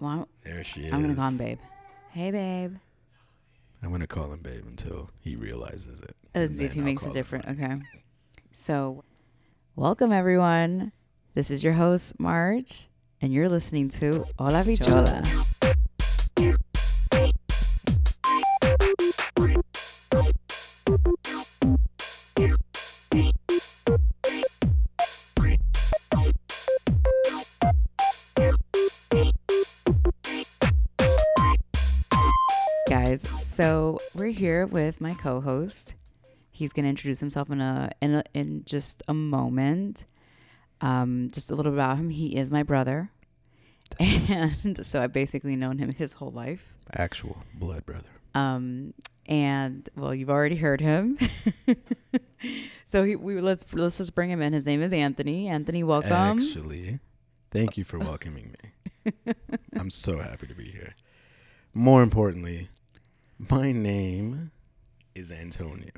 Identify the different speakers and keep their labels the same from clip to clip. Speaker 1: Well, I'm,
Speaker 2: There she is.
Speaker 1: I'm gonna call him babe. Hey, babe.
Speaker 2: I'm gonna call him babe until he realizes it.
Speaker 1: Let's
Speaker 2: And
Speaker 1: see if
Speaker 2: then
Speaker 1: he
Speaker 2: I'll
Speaker 1: makes
Speaker 2: call
Speaker 1: it
Speaker 2: him
Speaker 1: different.
Speaker 2: back.
Speaker 1: Okay. So, welcome everyone. This is your host Marge, and you're listening to Hola Bichola. Guys, so we're here with my co-host. He's gonna introduce himself in a in a, in just a moment. Um, just a little bit about him. He is my brother, and so I've basically known him his whole life.
Speaker 2: Actual blood brother.
Speaker 1: Um, and well, you've already heard him. so he, we let's let's just bring him in. His name is Anthony. Anthony, welcome.
Speaker 2: Actually, thank you for welcoming me. I'm so happy to be here. More importantly, my name is Antonio.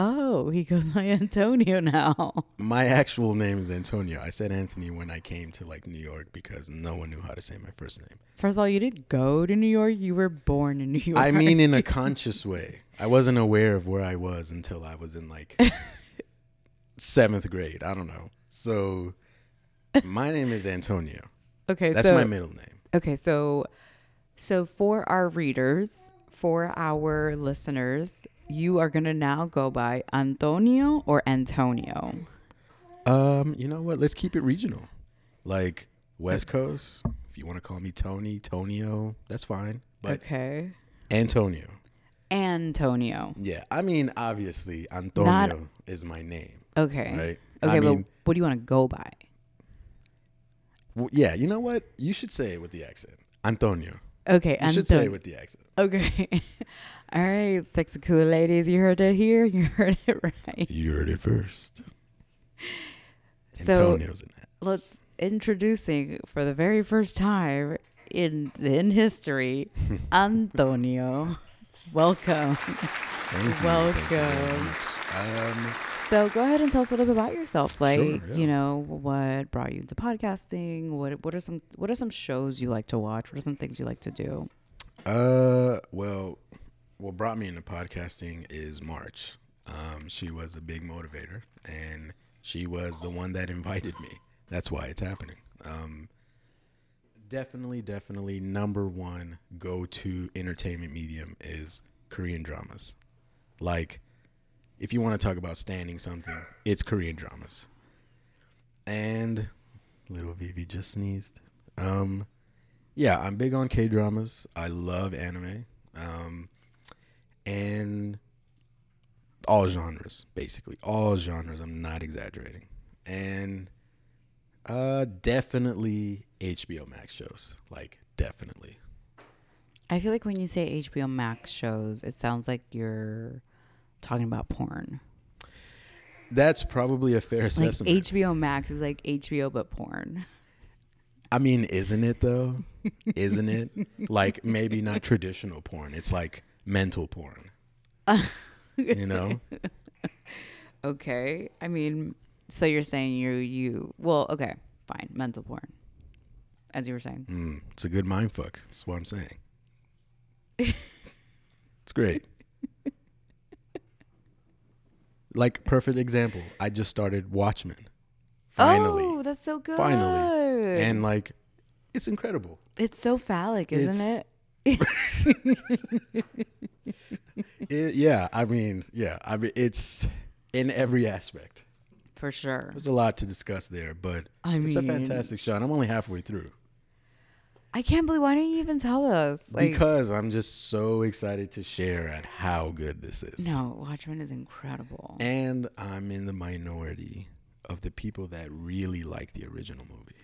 Speaker 1: Oh, he goes by Antonio now.
Speaker 2: My actual name is Antonio. I said Anthony when I came to like New York because no one knew how to say my first name.
Speaker 1: First of all, you didn't go to New York. You were born in New York.
Speaker 2: I mean, in a conscious way. I wasn't aware of where I was until I was in like seventh grade. I don't know. So, my name is Antonio.
Speaker 1: okay,
Speaker 2: That's
Speaker 1: so
Speaker 2: my middle name.
Speaker 1: okay, so so for our readers, for our listeners, you are gonna now go by Antonio or Antonio.
Speaker 2: Um, you know what? Let's keep it regional. Like West Coast. If you want to call me Tony, Tonio, that's fine. But
Speaker 1: okay,
Speaker 2: Antonio.
Speaker 1: Antonio.
Speaker 2: Yeah. I mean, obviously, Antonio is my name,
Speaker 1: Okay.
Speaker 2: right?
Speaker 1: Okay,
Speaker 2: I
Speaker 1: but
Speaker 2: mean,
Speaker 1: what do you want to go by?
Speaker 2: w- yeah. You know what? You should say it with the accent. Antonio. You
Speaker 1: Okay,
Speaker 2: should say it with the accent.
Speaker 1: okay. All right, sexy cool ladies, you heard it here. You heard it right.
Speaker 2: You heard it first.
Speaker 1: So
Speaker 2: Antonio's in that.
Speaker 1: let's introducing for the very first time in in history, Antonio. Welcome.
Speaker 2: Thank you, thank you very
Speaker 1: welcome.
Speaker 2: much. Um,
Speaker 1: So go ahead and tell us a little bit about yourself. Like,
Speaker 2: yeah.
Speaker 1: you know, what brought you into podcasting? What what are some what are some shows you like to watch? What are some things you like to do?
Speaker 2: Uh, well, what brought me into podcasting is March. Um, she was a big motivator, and she was the one that invited me. That's why it's happening. Um, definitely, definitely, number one go-to entertainment medium is Korean dramas. Like, if you want to talk about standing something, it's Korean dramas. And little Vivi just sneezed. Um. Yeah, I'm big on K dramas. I love anime, um, and all genres, basically all genres. I'm not exaggerating, and uh, definitely HBO Max shows. Like definitely,
Speaker 1: I feel like when you say HBO Max shows, it sounds like you're talking about porn.
Speaker 2: that's probably a fair
Speaker 1: Like
Speaker 2: assessment.
Speaker 1: HBO Max is like HBO but porn.
Speaker 2: I mean, isn't it though? isn't it like maybe not traditional porn? It's like mental porn. you know,
Speaker 1: Okay. I mean, so you're saying you you well, okay, fine, mental porn. As you were saying.
Speaker 2: Mm, it's a good mind fuck. That's what I'm saying. it's great. like perfect example. I just started Watchmen. Finally.
Speaker 1: Oh, that's so good.
Speaker 2: Finally. And like it's incredible.
Speaker 1: it's so phallic, isn't
Speaker 2: It's-
Speaker 1: it?
Speaker 2: It- yeah, I mean, yeah. I mean it's in every aspect.
Speaker 1: For sure.
Speaker 2: There's a lot to discuss there, but
Speaker 1: I
Speaker 2: it's a
Speaker 1: mean-
Speaker 2: fantastic show. And I'm only halfway through.
Speaker 1: I can't believe why didn't you even tell us? Like
Speaker 2: because I'm just so excited to share at how good this is.
Speaker 1: No, Watchmen is incredible.
Speaker 2: And I'm in the minority of the people that really like the original movie.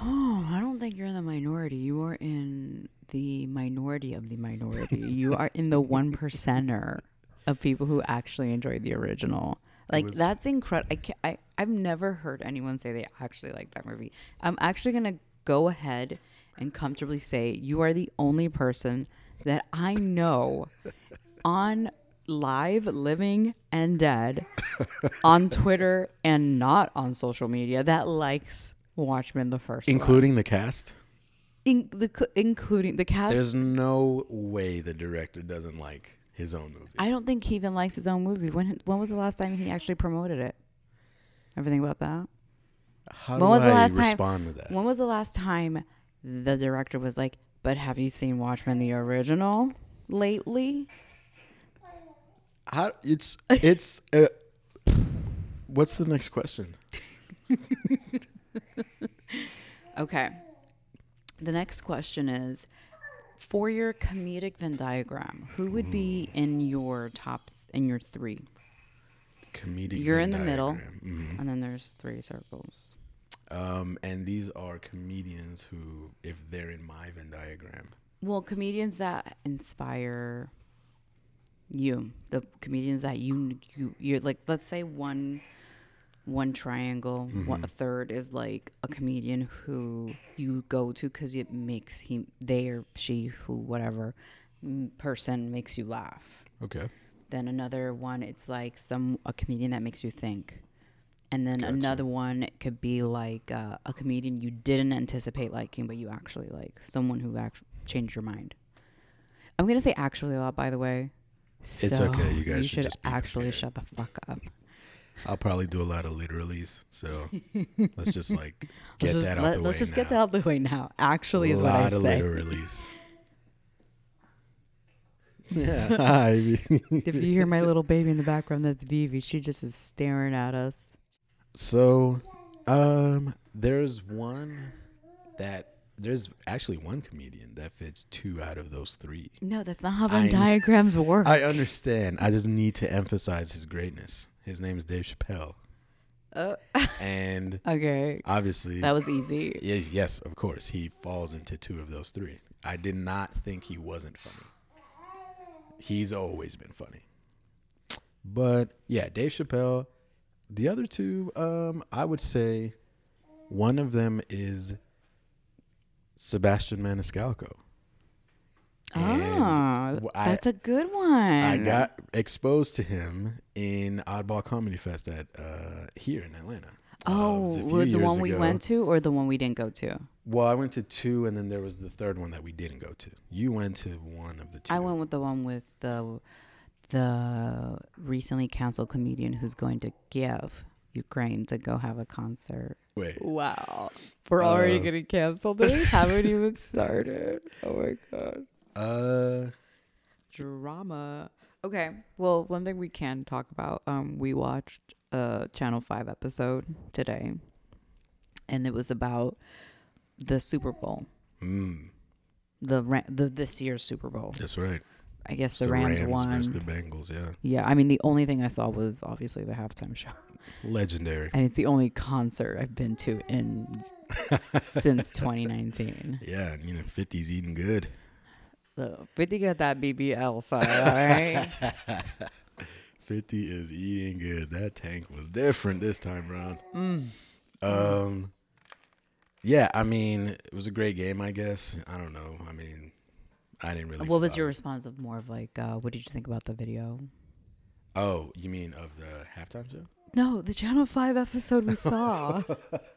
Speaker 1: Oh, I don't think you're in the minority. You are in the minority of the minority. you are in the one percenter of people who actually enjoyed the original. Like
Speaker 2: was-
Speaker 1: that's incredible. I, can't- I I've never heard anyone say they actually like that movie. I'm actually gonna go ahead and comfortably say you are the only person that I know on live, living and dead, on Twitter and not on social media that likes Watchmen the first one.
Speaker 2: Including the cast?
Speaker 1: in, the, cl- including the cast.
Speaker 2: There's no way the director doesn't like his own movie.
Speaker 1: I don't think he even likes his own movie. When when was the last time he actually promoted it? Ever think about that?
Speaker 2: How
Speaker 1: When was
Speaker 2: do
Speaker 1: the
Speaker 2: I
Speaker 1: last time-
Speaker 2: respond to that?
Speaker 1: When was the last time the director was like, "But have you seen Watchmen the original lately?"
Speaker 2: How, it's it's. Uh, what's the next question?
Speaker 1: Okay. The next question is for your comedic Venn diagram, who would be in your top in your 3?
Speaker 2: Comedic.
Speaker 1: You're
Speaker 2: Venn
Speaker 1: in the middle.
Speaker 2: diagram. Mhm.
Speaker 1: And then there's three circles.
Speaker 2: Um, and these are comedians who, if they're in my Venn diagram,
Speaker 1: Well, comedians that inspire you, the comedians that you you you're like let's say one one triangle, one, a third is like a comedian who you go to cuz it makes him they or she who whatever m- person makes you laugh.
Speaker 2: okay,
Speaker 1: then another one it's like some a comedian that makes you think and then
Speaker 2: Gotcha.
Speaker 1: another one could be like uh, a comedian you didn't anticipate liking but you actually like someone who actually changed your mind i'm gonna say actually a lot by the way
Speaker 2: It's
Speaker 1: so
Speaker 2: okay, you guys should
Speaker 1: should,
Speaker 2: just be
Speaker 1: actually
Speaker 2: prepared.
Speaker 1: shut the fuck up
Speaker 2: I'll probably do a lot of literalies. So let's just like get
Speaker 1: let's just,
Speaker 2: that out
Speaker 1: let,
Speaker 2: the way.
Speaker 1: us just
Speaker 2: now.
Speaker 1: get that out the way now actually
Speaker 2: A
Speaker 1: is what i
Speaker 2: lot of
Speaker 1: say
Speaker 2: literalies. yeah. Ivy.
Speaker 1: if you hear my little baby in the background that's vivi she just is staring at us
Speaker 2: So, um, there's one that there's actually one comedian that fits two out of those three.
Speaker 1: no that's not how venn
Speaker 2: I'm-
Speaker 1: diagrams work
Speaker 2: I understand. I just need to emphasize his greatness. His name is Dave Chappelle,
Speaker 1: Uh,
Speaker 2: and
Speaker 1: okay
Speaker 2: obviously,
Speaker 1: that was easy
Speaker 2: yes, yes, of course, he falls into two of those three. I did not think he wasn't funny. He's always been funny, but yeah, Dave Chappelle. The other two, um, I would say, one of them is Sebastian Maniscalco. And
Speaker 1: Ah,
Speaker 2: w- I-
Speaker 1: that's a good one.
Speaker 2: I got exposed to him in Oddball Comedy Fest at uh, here in Atlanta. Uh, it was
Speaker 1: Oh,
Speaker 2: a few
Speaker 1: well, the
Speaker 2: years
Speaker 1: one we
Speaker 2: ago.
Speaker 1: went to or the one we didn't go to?
Speaker 2: Well, I went to two, and then there was the third one that we didn't go to. You went to one of the two.
Speaker 1: I went with the one with the the recently canceled comedian who's going to give Ukraine to go have a concert.
Speaker 2: Wait,
Speaker 1: Wow. We're already
Speaker 2: Uh.
Speaker 1: getting canceled. We haven't even started. Oh my god.
Speaker 2: uh,
Speaker 1: Drama. Okay. Well, one thing we can talk about, um, we watched a Channel 5 episode today. And it was about the Super Bowl.
Speaker 2: mm,
Speaker 1: the Ra- the this year's Super Bowl.
Speaker 2: that's right.
Speaker 1: I guess
Speaker 2: It's
Speaker 1: the, Rams, won.
Speaker 2: versus the Bengals. Yeah,
Speaker 1: yeah, I mean the only thing I saw was obviously the halftime show,
Speaker 2: legendary.
Speaker 1: and it's the only concert I've been to in since 2019.
Speaker 2: Yeah, and you know, 50's eating good.
Speaker 1: So, but you got that BBL side, all right?
Speaker 2: 50 is eating good. That tank was different this time around.
Speaker 1: Mm.
Speaker 2: Um, yeah, I mean, it was a great game, I guess. I don't know. I mean, I didn't really.
Speaker 1: what was
Speaker 2: follow-
Speaker 1: your response of more of like, uh, what did you think about the video?
Speaker 2: Oh, you mean of the halftime show?
Speaker 1: No, the Channel Five episode we saw.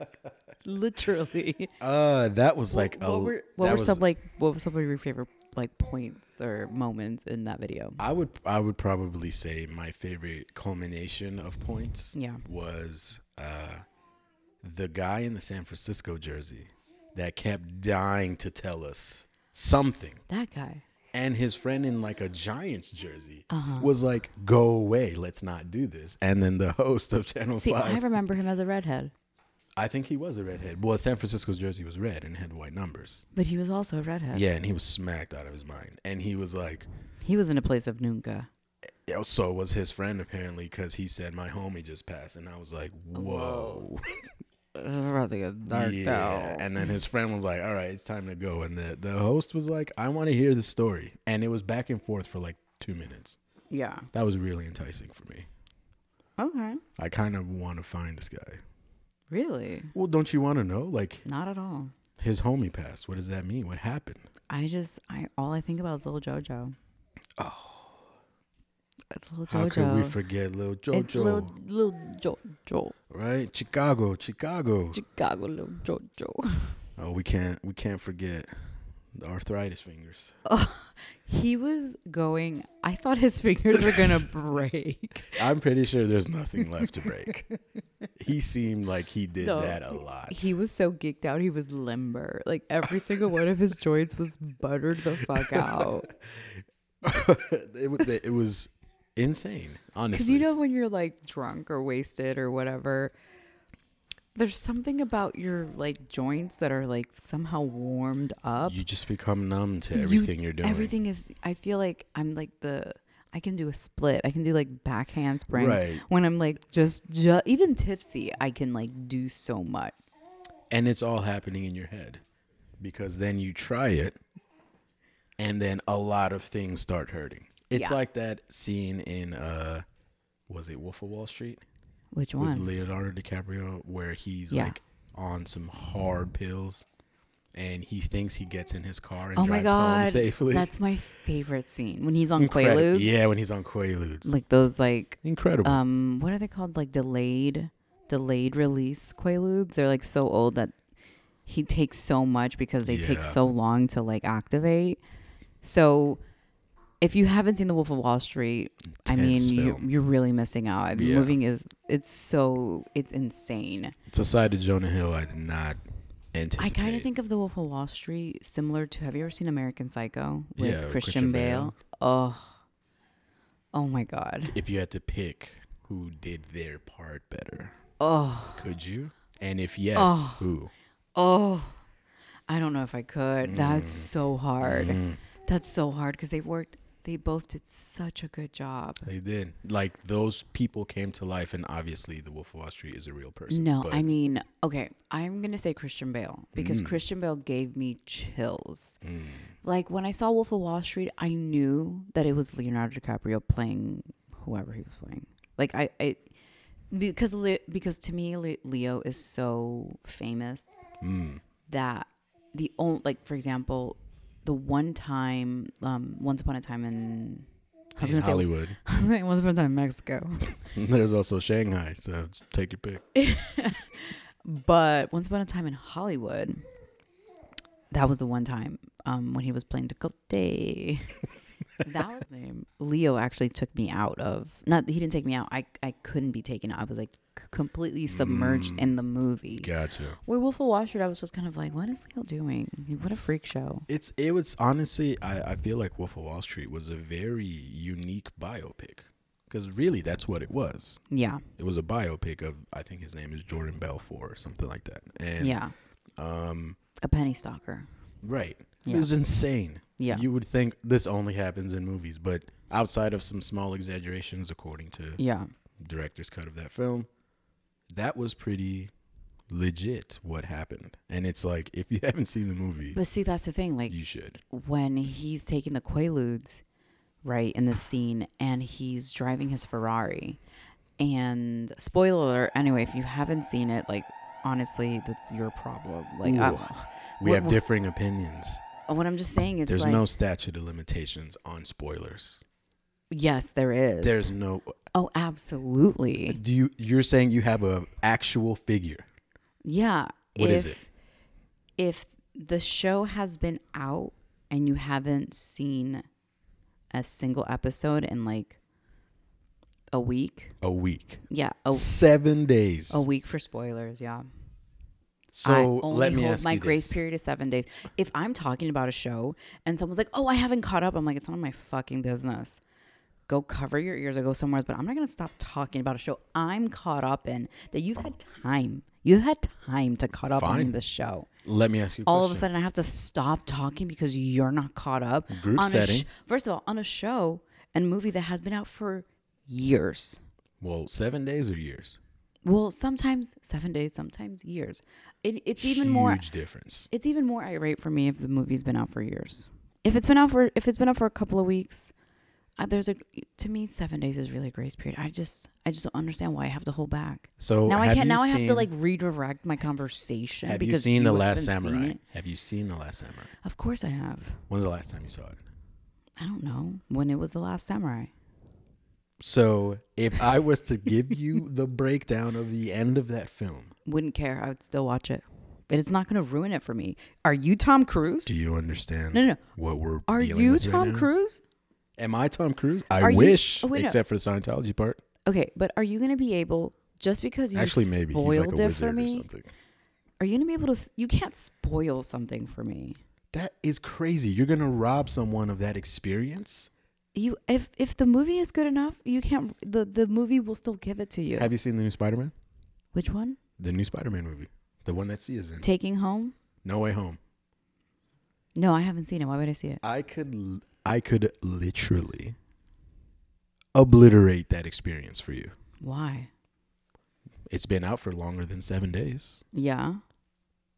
Speaker 1: Literally,
Speaker 2: Uh, that was like
Speaker 1: what,
Speaker 2: a.
Speaker 1: were what
Speaker 2: that
Speaker 1: were
Speaker 2: was-
Speaker 1: some like what were some of your favorite like points or moments in that video?
Speaker 2: I would I would probably say my favorite culmination of points.
Speaker 1: Yeah.
Speaker 2: Was uh, the guy in the San Francisco jersey that kept dying to tell us something.
Speaker 1: That guy.
Speaker 2: and his friend in like a Giants jersey
Speaker 1: Uh-huh.
Speaker 2: was like, "Go away, let's not do this." And then the host of Channel
Speaker 1: See, I
Speaker 2: Five,
Speaker 1: remember him as a redhead,
Speaker 2: I, think he was a redhead. Well, San Francisco's jersey was red and had white numbers.
Speaker 1: but he was also a redhead.
Speaker 2: Yeah, and he was smacked out of his mind. And he was like,
Speaker 1: He was in a place of Nunca.
Speaker 2: yeah, "So was his friend apparently," because he said, "My homie just passed," and I was like, "Whoa." Oh. Yeah. And then his friend was like, "All right, it's time to go." And the the host was like, "I want to hear the story," and it was back and forth for like two minutes.
Speaker 1: Yeah.
Speaker 2: That was really enticing for me.
Speaker 1: Okay.
Speaker 2: I kind of want to find this guy.
Speaker 1: Really?
Speaker 2: Well, don't you want to know? Like
Speaker 1: Not at all.
Speaker 2: his homie passed. What does that mean? What happened?
Speaker 1: I just, I all I think about is little JoJo.
Speaker 2: Oh.
Speaker 1: It's little
Speaker 2: How
Speaker 1: JoJo.
Speaker 2: could we forget little JoJo?
Speaker 1: It's little little JoJo.
Speaker 2: right? Chicago, Chicago.
Speaker 1: Chicago little JoJo.
Speaker 2: Oh, we can't we can't forget the arthritis fingers.
Speaker 1: He was going. I thought his fingers were gonna break.
Speaker 2: I'm pretty sure there's nothing left to break. he seemed like he did
Speaker 1: No,
Speaker 2: that a lot.
Speaker 1: He was so geeked out. He was limber. Like every single one of his joints was buttered the fuck out.
Speaker 2: it, wa- it was insane,
Speaker 1: Because
Speaker 2: honestly.
Speaker 1: you know when you're like drunk or wasted or whatever, there's something about your like joints that are like somehow warmed up.
Speaker 2: You just become numb to
Speaker 1: uh, You-
Speaker 2: everything you, are doing.
Speaker 1: Everything is. I feel like I'm like the. I can do a split. I can do like back handsprings
Speaker 2: Right.
Speaker 1: when I'm like just ju- even tipsy. I can like do so much.
Speaker 2: and it's all happening in your head because then you try it and then a lot of things start hurting it's
Speaker 1: Yeah.
Speaker 2: like that scene in uh was it wolf of wall street
Speaker 1: Which
Speaker 2: with
Speaker 1: one?
Speaker 2: leonardo dicaprio where he's
Speaker 1: Yeah.
Speaker 2: like on some hard pills and he thinks he gets in his car and
Speaker 1: Oh my
Speaker 2: drives
Speaker 1: god!
Speaker 2: home safely
Speaker 1: That's my favorite scene when he's on
Speaker 2: Incredi-
Speaker 1: Quaaludes.
Speaker 2: yeah when he's on quaaludes
Speaker 1: Like those like
Speaker 2: incredible
Speaker 1: um what are they called like delayed delayed release quaaludes they're like so old that he takes so much because they take
Speaker 2: Yeah.
Speaker 1: so long to like activate so if you haven't seen the wolf of wall street i mean
Speaker 2: Intense
Speaker 1: you,
Speaker 2: film.
Speaker 1: you're really missing out the
Speaker 2: Yeah.
Speaker 1: movie is it's so it's insane
Speaker 2: it's a side of jonah hill i did not anticipate
Speaker 1: i kind of think of the wolf of wall street similar to have you ever seen american psycho with
Speaker 2: Yeah,
Speaker 1: christian,
Speaker 2: with Christian
Speaker 1: bale?
Speaker 2: Bale.
Speaker 1: oh oh my god
Speaker 2: if you had to pick who did their part better
Speaker 1: oh
Speaker 2: Could you? And if yes,
Speaker 1: Oh.
Speaker 2: who?
Speaker 1: Oh, I don't know if I could. That's so hard. That's so hard because they worked. They both did such a good job.
Speaker 2: They did. Like those people came to life, and obviously, the Wolf of Wall Street is a real person.
Speaker 1: No,
Speaker 2: but Mm.
Speaker 1: I mean, okay, I'm gonna say Christian Bale because Christian Bale gave me chills. Like when I saw Wolf of Wall Street, I knew that it was Leonardo DiCaprio playing whoever he was playing. Like I, I because Le- because to me Le- Leo is so famous
Speaker 2: Mm.
Speaker 1: that the only like for example, the one time um, Once Upon a Time in I was
Speaker 2: in
Speaker 1: gonna say
Speaker 2: Hollywood,
Speaker 1: I was gonna say Once Upon a Time in Mexico.
Speaker 2: there's also Shanghai. So just take your pick.
Speaker 1: But once upon a time in Hollywood, that was the one time um, when he was playing Dakota. that was the name. Leo actually took me out of not. He didn't take me out. I I couldn't be taken out. I was like c- completely submerged in the movie.
Speaker 2: Gotcha.
Speaker 1: Where Wolf of Wall Street, I was just kind of like, what is Leo doing? What a freak show.
Speaker 2: It's it was honestly, I, I feel like Wolf of Wall Street was a very unique biopic, because really that's what it was.
Speaker 1: Yeah,
Speaker 2: It was a biopic of I think his name is Jordan Belfort or something like that. And
Speaker 1: yeah.
Speaker 2: um,
Speaker 1: A penny stalker.
Speaker 2: Right.
Speaker 1: Yeah.
Speaker 2: It was insane.
Speaker 1: Yeah.
Speaker 2: You would think this only happens in movies, but outside of some small exaggerations, according to
Speaker 1: Yeah,
Speaker 2: director's cut of that film, that was pretty legit what happened. And it's like, if you haven't seen the movie,
Speaker 1: but see, that's the thing. Like,
Speaker 2: you should.
Speaker 1: when he's taking the quaaludes, right in the scene, and he's driving his Ferrari. And spoiler alert. Anyway, if you haven't seen it, like honestly, that's your problem. Like, I,
Speaker 2: Ooh. We
Speaker 1: what-
Speaker 2: have differing opinions.
Speaker 1: what I'm just saying is,
Speaker 2: There's
Speaker 1: like,
Speaker 2: no statute of limitations on spoilers.
Speaker 1: yes, there is.
Speaker 2: There's no.
Speaker 1: oh, absolutely.
Speaker 2: Do you? You're saying you have a actual figure?
Speaker 1: Yeah.
Speaker 2: What
Speaker 1: if,
Speaker 2: is it?
Speaker 1: If the show has been out and you haven't seen a single episode in like a week,
Speaker 2: A week,
Speaker 1: yeah, a
Speaker 2: seven days.
Speaker 1: A week for spoilers, yeah. Oh, I
Speaker 2: so
Speaker 1: only
Speaker 2: let me
Speaker 1: hold
Speaker 2: ask
Speaker 1: my
Speaker 2: you
Speaker 1: grace
Speaker 2: this.
Speaker 1: period is seven days. If I'm talking about a show and someone's like, "Oh, I haven't caught up," I'm like, "It's none of my fucking business." Go cover your ears or go somewhere else. But I'm not gonna stop talking about a show I'm caught up in that you've had time. You had time to caught up on
Speaker 2: Fine.
Speaker 1: the show.
Speaker 2: Let me ask you. A
Speaker 1: All of a
Speaker 2: question.
Speaker 1: sudden, I have to stop talking because you're not caught up.
Speaker 2: Group
Speaker 1: on A sh-
Speaker 2: setting.
Speaker 1: First of all, on a show and movie that has been out for years.
Speaker 2: Well, seven days or years.
Speaker 1: Well, sometimes seven days, sometimes years. It, it's even more
Speaker 2: huge difference.
Speaker 1: it's even more irate for me if the movie's been out for years. If it's been out for if it's been out for a couple of weeks, uh, there's a to me seven days is really a grace period. I just I just don't understand why I have to hold back.
Speaker 2: So
Speaker 1: now I
Speaker 2: have
Speaker 1: can't.
Speaker 2: you
Speaker 1: Now I have to
Speaker 2: seen-
Speaker 1: like redirect my conversation.
Speaker 2: Have you
Speaker 1: because
Speaker 2: seen the Last
Speaker 1: haven't seen
Speaker 2: Samurai?
Speaker 1: it.
Speaker 2: Have you seen the Last Samurai?
Speaker 1: Of course I have.
Speaker 2: When's the last time you saw it?
Speaker 1: I don't know when it was the Last Samurai.
Speaker 2: So if I was to give you the breakdown of the end of that film,
Speaker 1: Wouldn't care. I would still watch it. It is not going to ruin it for me. Are you Tom Cruise?
Speaker 2: Do you understand?
Speaker 1: No, no, no.
Speaker 2: What we're
Speaker 1: Are
Speaker 2: dealing
Speaker 1: you
Speaker 2: with right
Speaker 1: Tom
Speaker 2: now?
Speaker 1: Cruise?
Speaker 2: Am I Tom Cruise? I
Speaker 1: Are you-
Speaker 2: wish,
Speaker 1: Oh, wait, no.
Speaker 2: except for the Scientology part.
Speaker 1: Okay, but are you going to be able just because you
Speaker 2: Actually, maybe
Speaker 1: spoiled
Speaker 2: he's like a
Speaker 1: it for
Speaker 2: wizard or
Speaker 1: me?
Speaker 2: something.
Speaker 1: Are you going to be able to? s- You can't spoil something for me.
Speaker 2: That is crazy. You're gonna rob someone of that experience.
Speaker 1: You if if the movie is good enough, you can't. The the movie will still give it to you.
Speaker 2: Have you seen the new Spider-Man?
Speaker 1: Which one?
Speaker 2: The new Spider-Man movie, the one that C is in.
Speaker 1: Taking Home?
Speaker 2: No Way Home.
Speaker 1: No, I haven't seen it. Why would I see it?
Speaker 2: I could, l- I could literally obliterate that experience for you.
Speaker 1: Why?
Speaker 2: It's been out for longer than seven days.
Speaker 1: Yeah,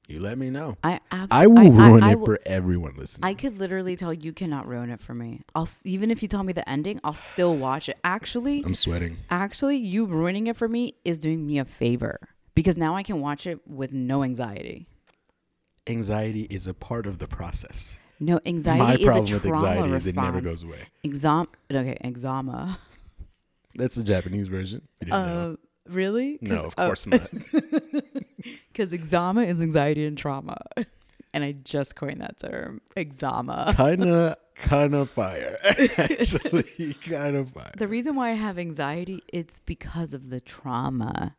Speaker 2: You let me know.
Speaker 1: I abs-
Speaker 2: I will ruin
Speaker 1: I
Speaker 2: it
Speaker 1: will-
Speaker 2: for everyone listening.
Speaker 1: I could literally tell you cannot ruin it for me. I'll s- even if you tell me the ending, I'll still watch it. Actually,
Speaker 2: I'm sweating.
Speaker 1: actually, you ruining it for me is doing me a favor because now I can watch it with no anxiety.
Speaker 2: Anxiety is a part of the process.
Speaker 1: No anxiety
Speaker 2: My
Speaker 1: is
Speaker 2: problem
Speaker 1: a
Speaker 2: with
Speaker 1: trauma
Speaker 2: anxiety
Speaker 1: response.
Speaker 2: is it never goes away.
Speaker 1: Exam. Okay, exama.
Speaker 2: That's the Japanese version. You didn't know.
Speaker 1: Uh, oh. really?
Speaker 2: No, of course not.
Speaker 1: Because exama is anxiety and trauma, and I just coined that term. Exama.
Speaker 2: kinda, kinda fire. Actually, kind of fire.
Speaker 1: The reason why I have anxiety, it's because of the trauma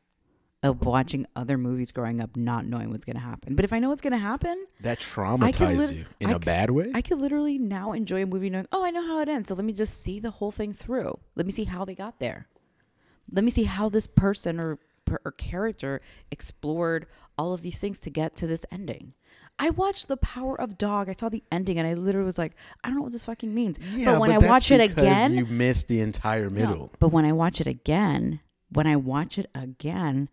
Speaker 1: of watching other movies growing up, not knowing what's going to happen. But if I know what's going to happen,
Speaker 2: That
Speaker 1: I can
Speaker 2: traumatized
Speaker 1: lit-
Speaker 2: you in
Speaker 1: I
Speaker 2: a
Speaker 1: can-
Speaker 2: bad way.
Speaker 1: I could literally now enjoy a movie knowing, oh, I know how it ends. So let me just see the whole thing through. Let me see how they got there. Let me see how this person or, per- or character explored all of these things to get to this ending. I watched The Power of Dog. I saw the ending and I literally was like, I don't know what this fucking means. but when I
Speaker 2: that's
Speaker 1: watch it
Speaker 2: because
Speaker 1: again,
Speaker 2: you missed the entire
Speaker 1: No,
Speaker 2: middle.
Speaker 1: but when I watch it again, when I watch it again,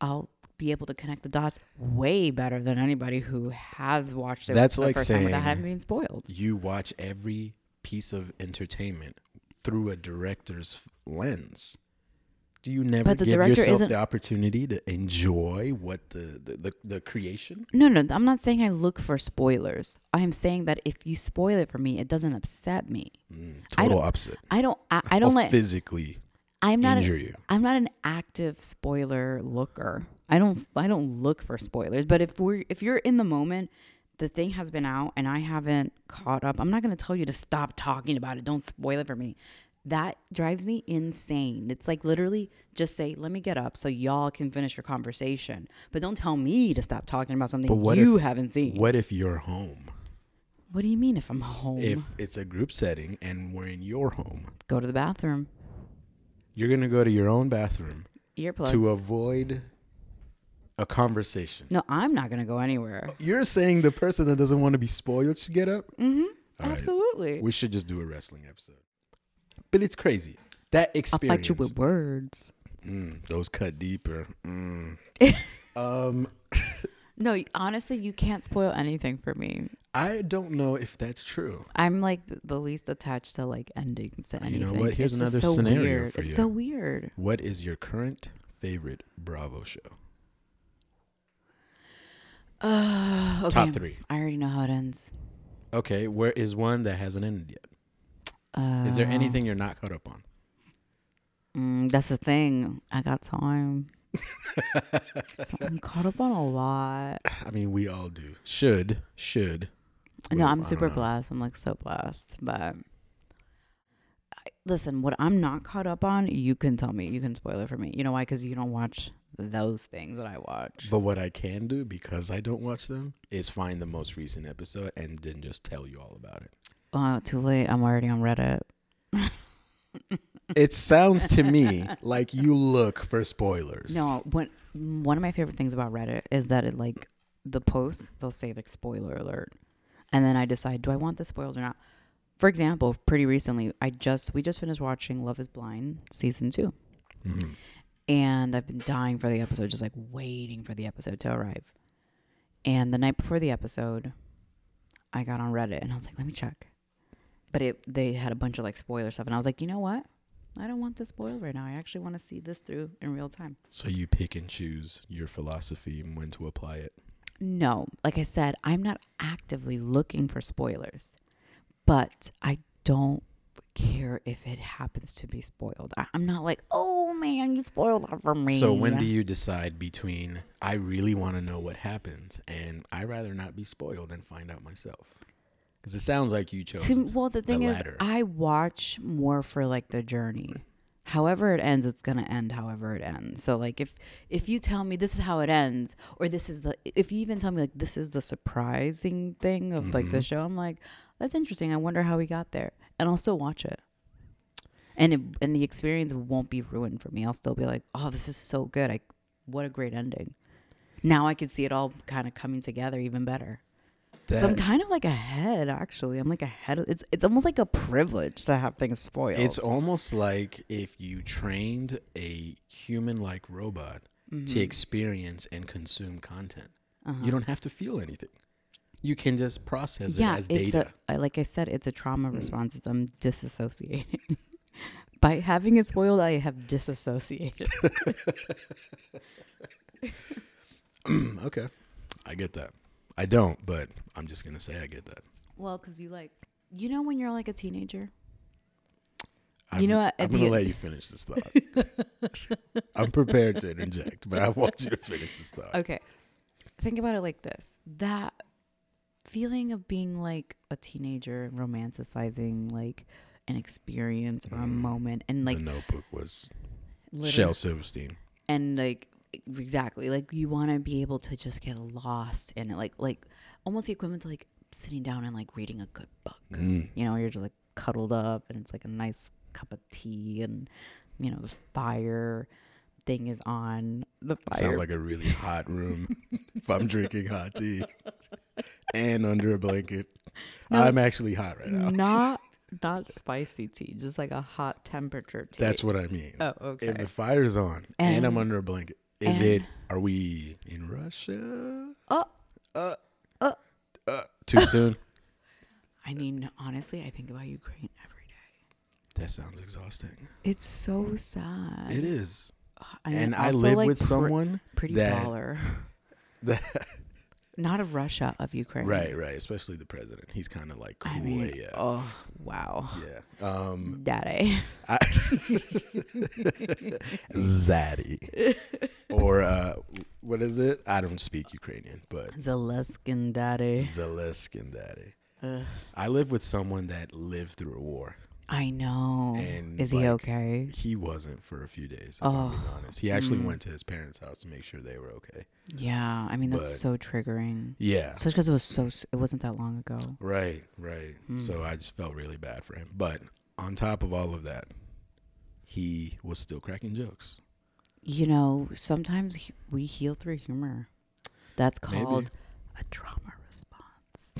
Speaker 1: I'll be able to connect the dots way better than anybody who has watched it.
Speaker 2: That's
Speaker 1: the
Speaker 2: like
Speaker 1: first time without
Speaker 2: saying-
Speaker 1: having been spoiled.
Speaker 2: You watch every piece of entertainment through a director's lens. Do you never
Speaker 1: the
Speaker 2: give
Speaker 1: director
Speaker 2: yourself
Speaker 1: isn't-
Speaker 2: the opportunity to enjoy what the the, the, the creation?
Speaker 1: No, no, I'm not saying I look for spoilers. I am saying that if you spoil it for me, it doesn't upset me. I
Speaker 2: Total opposite.
Speaker 1: I don't. I, I don't
Speaker 2: I'll
Speaker 1: let.
Speaker 2: physically
Speaker 1: I'm not.
Speaker 2: injure
Speaker 1: A,
Speaker 2: you.
Speaker 1: I'm not an active spoiler looker. I don't. I don't look for spoilers. But if we're if you're in the moment, the thing has been out and I haven't caught up. I'm not going to tell you to stop talking about it. Don't spoil it for me. That drives me insane. It's like literally just say, "Let me get up so y'all can finish your conversation," but don't tell me to stop talking about something
Speaker 2: But what
Speaker 1: you
Speaker 2: if-
Speaker 1: haven't seen. What,
Speaker 2: What if you're home?
Speaker 1: do you mean if I'm home?
Speaker 2: If it's a group setting and we're in your home,
Speaker 1: Go to the bathroom.
Speaker 2: you're gonna go to your own bathroom
Speaker 1: Earplugs.
Speaker 2: to avoid a conversation.
Speaker 1: no, I'm not going to go anywhere.
Speaker 2: You're saying the person that doesn't want to be spoiled should get up?
Speaker 1: Mm-hmm. Absolutely.
Speaker 2: We should just do a wrestling episode. But it's crazy. That
Speaker 1: I'll
Speaker 2: experience.
Speaker 1: fight you with words.
Speaker 2: Mm, those cut deeper. Mm. um,
Speaker 1: No, y- honestly, you can't spoil anything for me.
Speaker 2: I don't know if that's true.
Speaker 1: I'm like th- the least attached to like endings to
Speaker 2: You know
Speaker 1: anything.
Speaker 2: what? Here's
Speaker 1: It's just
Speaker 2: another scenario
Speaker 1: weird.
Speaker 2: for
Speaker 1: it's
Speaker 2: you.
Speaker 1: so weird.
Speaker 2: What is your current favorite Bravo show?
Speaker 1: Uh,
Speaker 2: Top three.
Speaker 1: I already know how it ends.
Speaker 2: Okay, where is one that hasn't ended yet?
Speaker 1: Uh,
Speaker 2: Is there anything you're not caught up on?
Speaker 1: mm, that's the thing. I got time. so I'm caught up on a lot.
Speaker 2: I mean, we all do. uh, Should, should.
Speaker 1: no,
Speaker 2: Well, I
Speaker 1: I'm
Speaker 2: don't
Speaker 1: super
Speaker 2: know.
Speaker 1: blessed. I'm like so blessed. But I, listen, what I'm not caught up on, you can tell me. You can spoil it for me. You know why? Because you don't watch those things that I watch.
Speaker 2: But what I can do because I don't watch them is find the most recent episode and then just tell you all about it.
Speaker 1: Uh, too late. I'm already on Reddit.
Speaker 2: It sounds to me like you look for spoilers.
Speaker 1: No, when, one of my favorite things about Reddit is that it like the posts they'll say like spoiler alert, and then I decide do I want this spoiled or not. For example, pretty recently, I just we just finished watching Love Is Blind season 2
Speaker 2: Mm-hmm.
Speaker 1: and I've been dying for the episode, just like waiting for the episode to arrive. And the night before the episode, I got on Reddit and I was like, let me check. But it they had a bunch of like spoiler stuff, and I was like, you know what? I don't want this spoiled right now. I actually want to see this through in real time.
Speaker 2: So you pick and choose your philosophy and when to apply it.
Speaker 1: No, like I said, I'm not actively looking for spoilers, but I don't care if it happens to be spoiled. I, I'm not like, oh man, you spoiled that for me.
Speaker 2: So when do you decide between I really want to know what happens and I rather not be spoiled and find out myself? Because it sounds like you chose.
Speaker 1: To, well, the thing is,
Speaker 2: latter.
Speaker 1: I watch more for like the journey. However it ends, it's gonna end. However it ends. So like if if you tell me this is how it ends, or this is the if you even tell me like this is the surprising thing of like the show, I'm like that's interesting. I wonder how we got there, and I'll still watch it. And it, and the experience won't be ruined for me. I'll still be like, oh, this is so good. I what a great ending. Now I can see it all kind of coming together even better.
Speaker 2: that,
Speaker 1: So I'm kind of like ahead, actually. I'm like ahead. Of, it's it's almost like a privilege to have things spoiled.
Speaker 2: it's almost like if you trained a human-like robot
Speaker 1: Mm-hmm.
Speaker 2: to experience and consume content,
Speaker 1: Uh-huh.
Speaker 2: you don't have to feel anything. You can just process
Speaker 1: yeah,
Speaker 2: it as
Speaker 1: it's
Speaker 2: data. Mm.
Speaker 1: a I- like I said, it's a trauma response. It's, I'm disassociating. By having it spoiled, I have disassociated.
Speaker 2: okay, I get that. I don't, but I'm just gonna say I get that.
Speaker 1: well, because you like, you know, when you're like a teenager,
Speaker 2: I'm,
Speaker 1: You know what,
Speaker 2: I'm
Speaker 1: at
Speaker 2: gonna
Speaker 1: the-
Speaker 2: let you finish this thought. I'm prepared to interject, but I want you to finish this thought.
Speaker 1: Okay. Think about it like this. That feeling of being like a teenager and romanticizing like an experience or a
Speaker 2: Mm.
Speaker 1: moment and like
Speaker 2: the Notebook was
Speaker 1: literally-
Speaker 2: Shel Silverstein.
Speaker 1: and like exactly like you want to be able to just get lost in it like like almost the equivalent to like sitting down and like reading a good book
Speaker 2: Mm.
Speaker 1: you know you're just like cuddled up and it's like a nice cup of tea and you know the fire thing is on the fire
Speaker 2: Sounds like a really hot room. if I'm drinking hot tea and under a blanket, I'm actually hot right now.
Speaker 1: not not spicy tea just like a hot temperature tea
Speaker 2: That's what I mean.
Speaker 1: oh okay
Speaker 2: If the fire's on and, I'm under a blanket, is it?
Speaker 1: and-
Speaker 2: Are we in Russia?
Speaker 1: oh
Speaker 2: Uh, too soon.
Speaker 1: i mean honestly i think about ukraine every day
Speaker 2: That sounds exhausting.
Speaker 1: it's so sad
Speaker 2: It is,
Speaker 1: I'm
Speaker 2: and I
Speaker 1: also,
Speaker 2: live
Speaker 1: like,
Speaker 2: with
Speaker 1: pr-
Speaker 2: someone
Speaker 1: pretty
Speaker 2: that-
Speaker 1: baller
Speaker 2: that
Speaker 1: not of Russia, of Ukraine.
Speaker 2: Right, right. Especially the president. He's kind of like cool
Speaker 1: I mean,
Speaker 2: AF.
Speaker 1: oh wow,
Speaker 2: Yeah. Um,
Speaker 1: daddy.
Speaker 2: I, Zaddy. or uh, what is it? I don't speak Ukrainian, but
Speaker 1: Zaleskin daddy.
Speaker 2: Zelenskin daddy. I live with someone that lived through a war.
Speaker 1: I know.
Speaker 2: And,
Speaker 1: Is he
Speaker 2: like,
Speaker 1: okay?
Speaker 2: He wasn't for a few days, if I'm
Speaker 1: Oh.
Speaker 2: being honest. He actually
Speaker 1: Hmm.
Speaker 2: went to his parents' house to make sure they were okay.
Speaker 1: Yeah, I mean that's
Speaker 2: but-
Speaker 1: so triggering.
Speaker 2: Yeah.
Speaker 1: Especially because it was so s- it wasn't that long ago.
Speaker 2: Right, right.
Speaker 1: Hmm.
Speaker 2: So I just felt really bad for him. But on top of all of that, he was still cracking jokes.
Speaker 1: You know, sometimes he- we heal through humor. That's called a trauma response.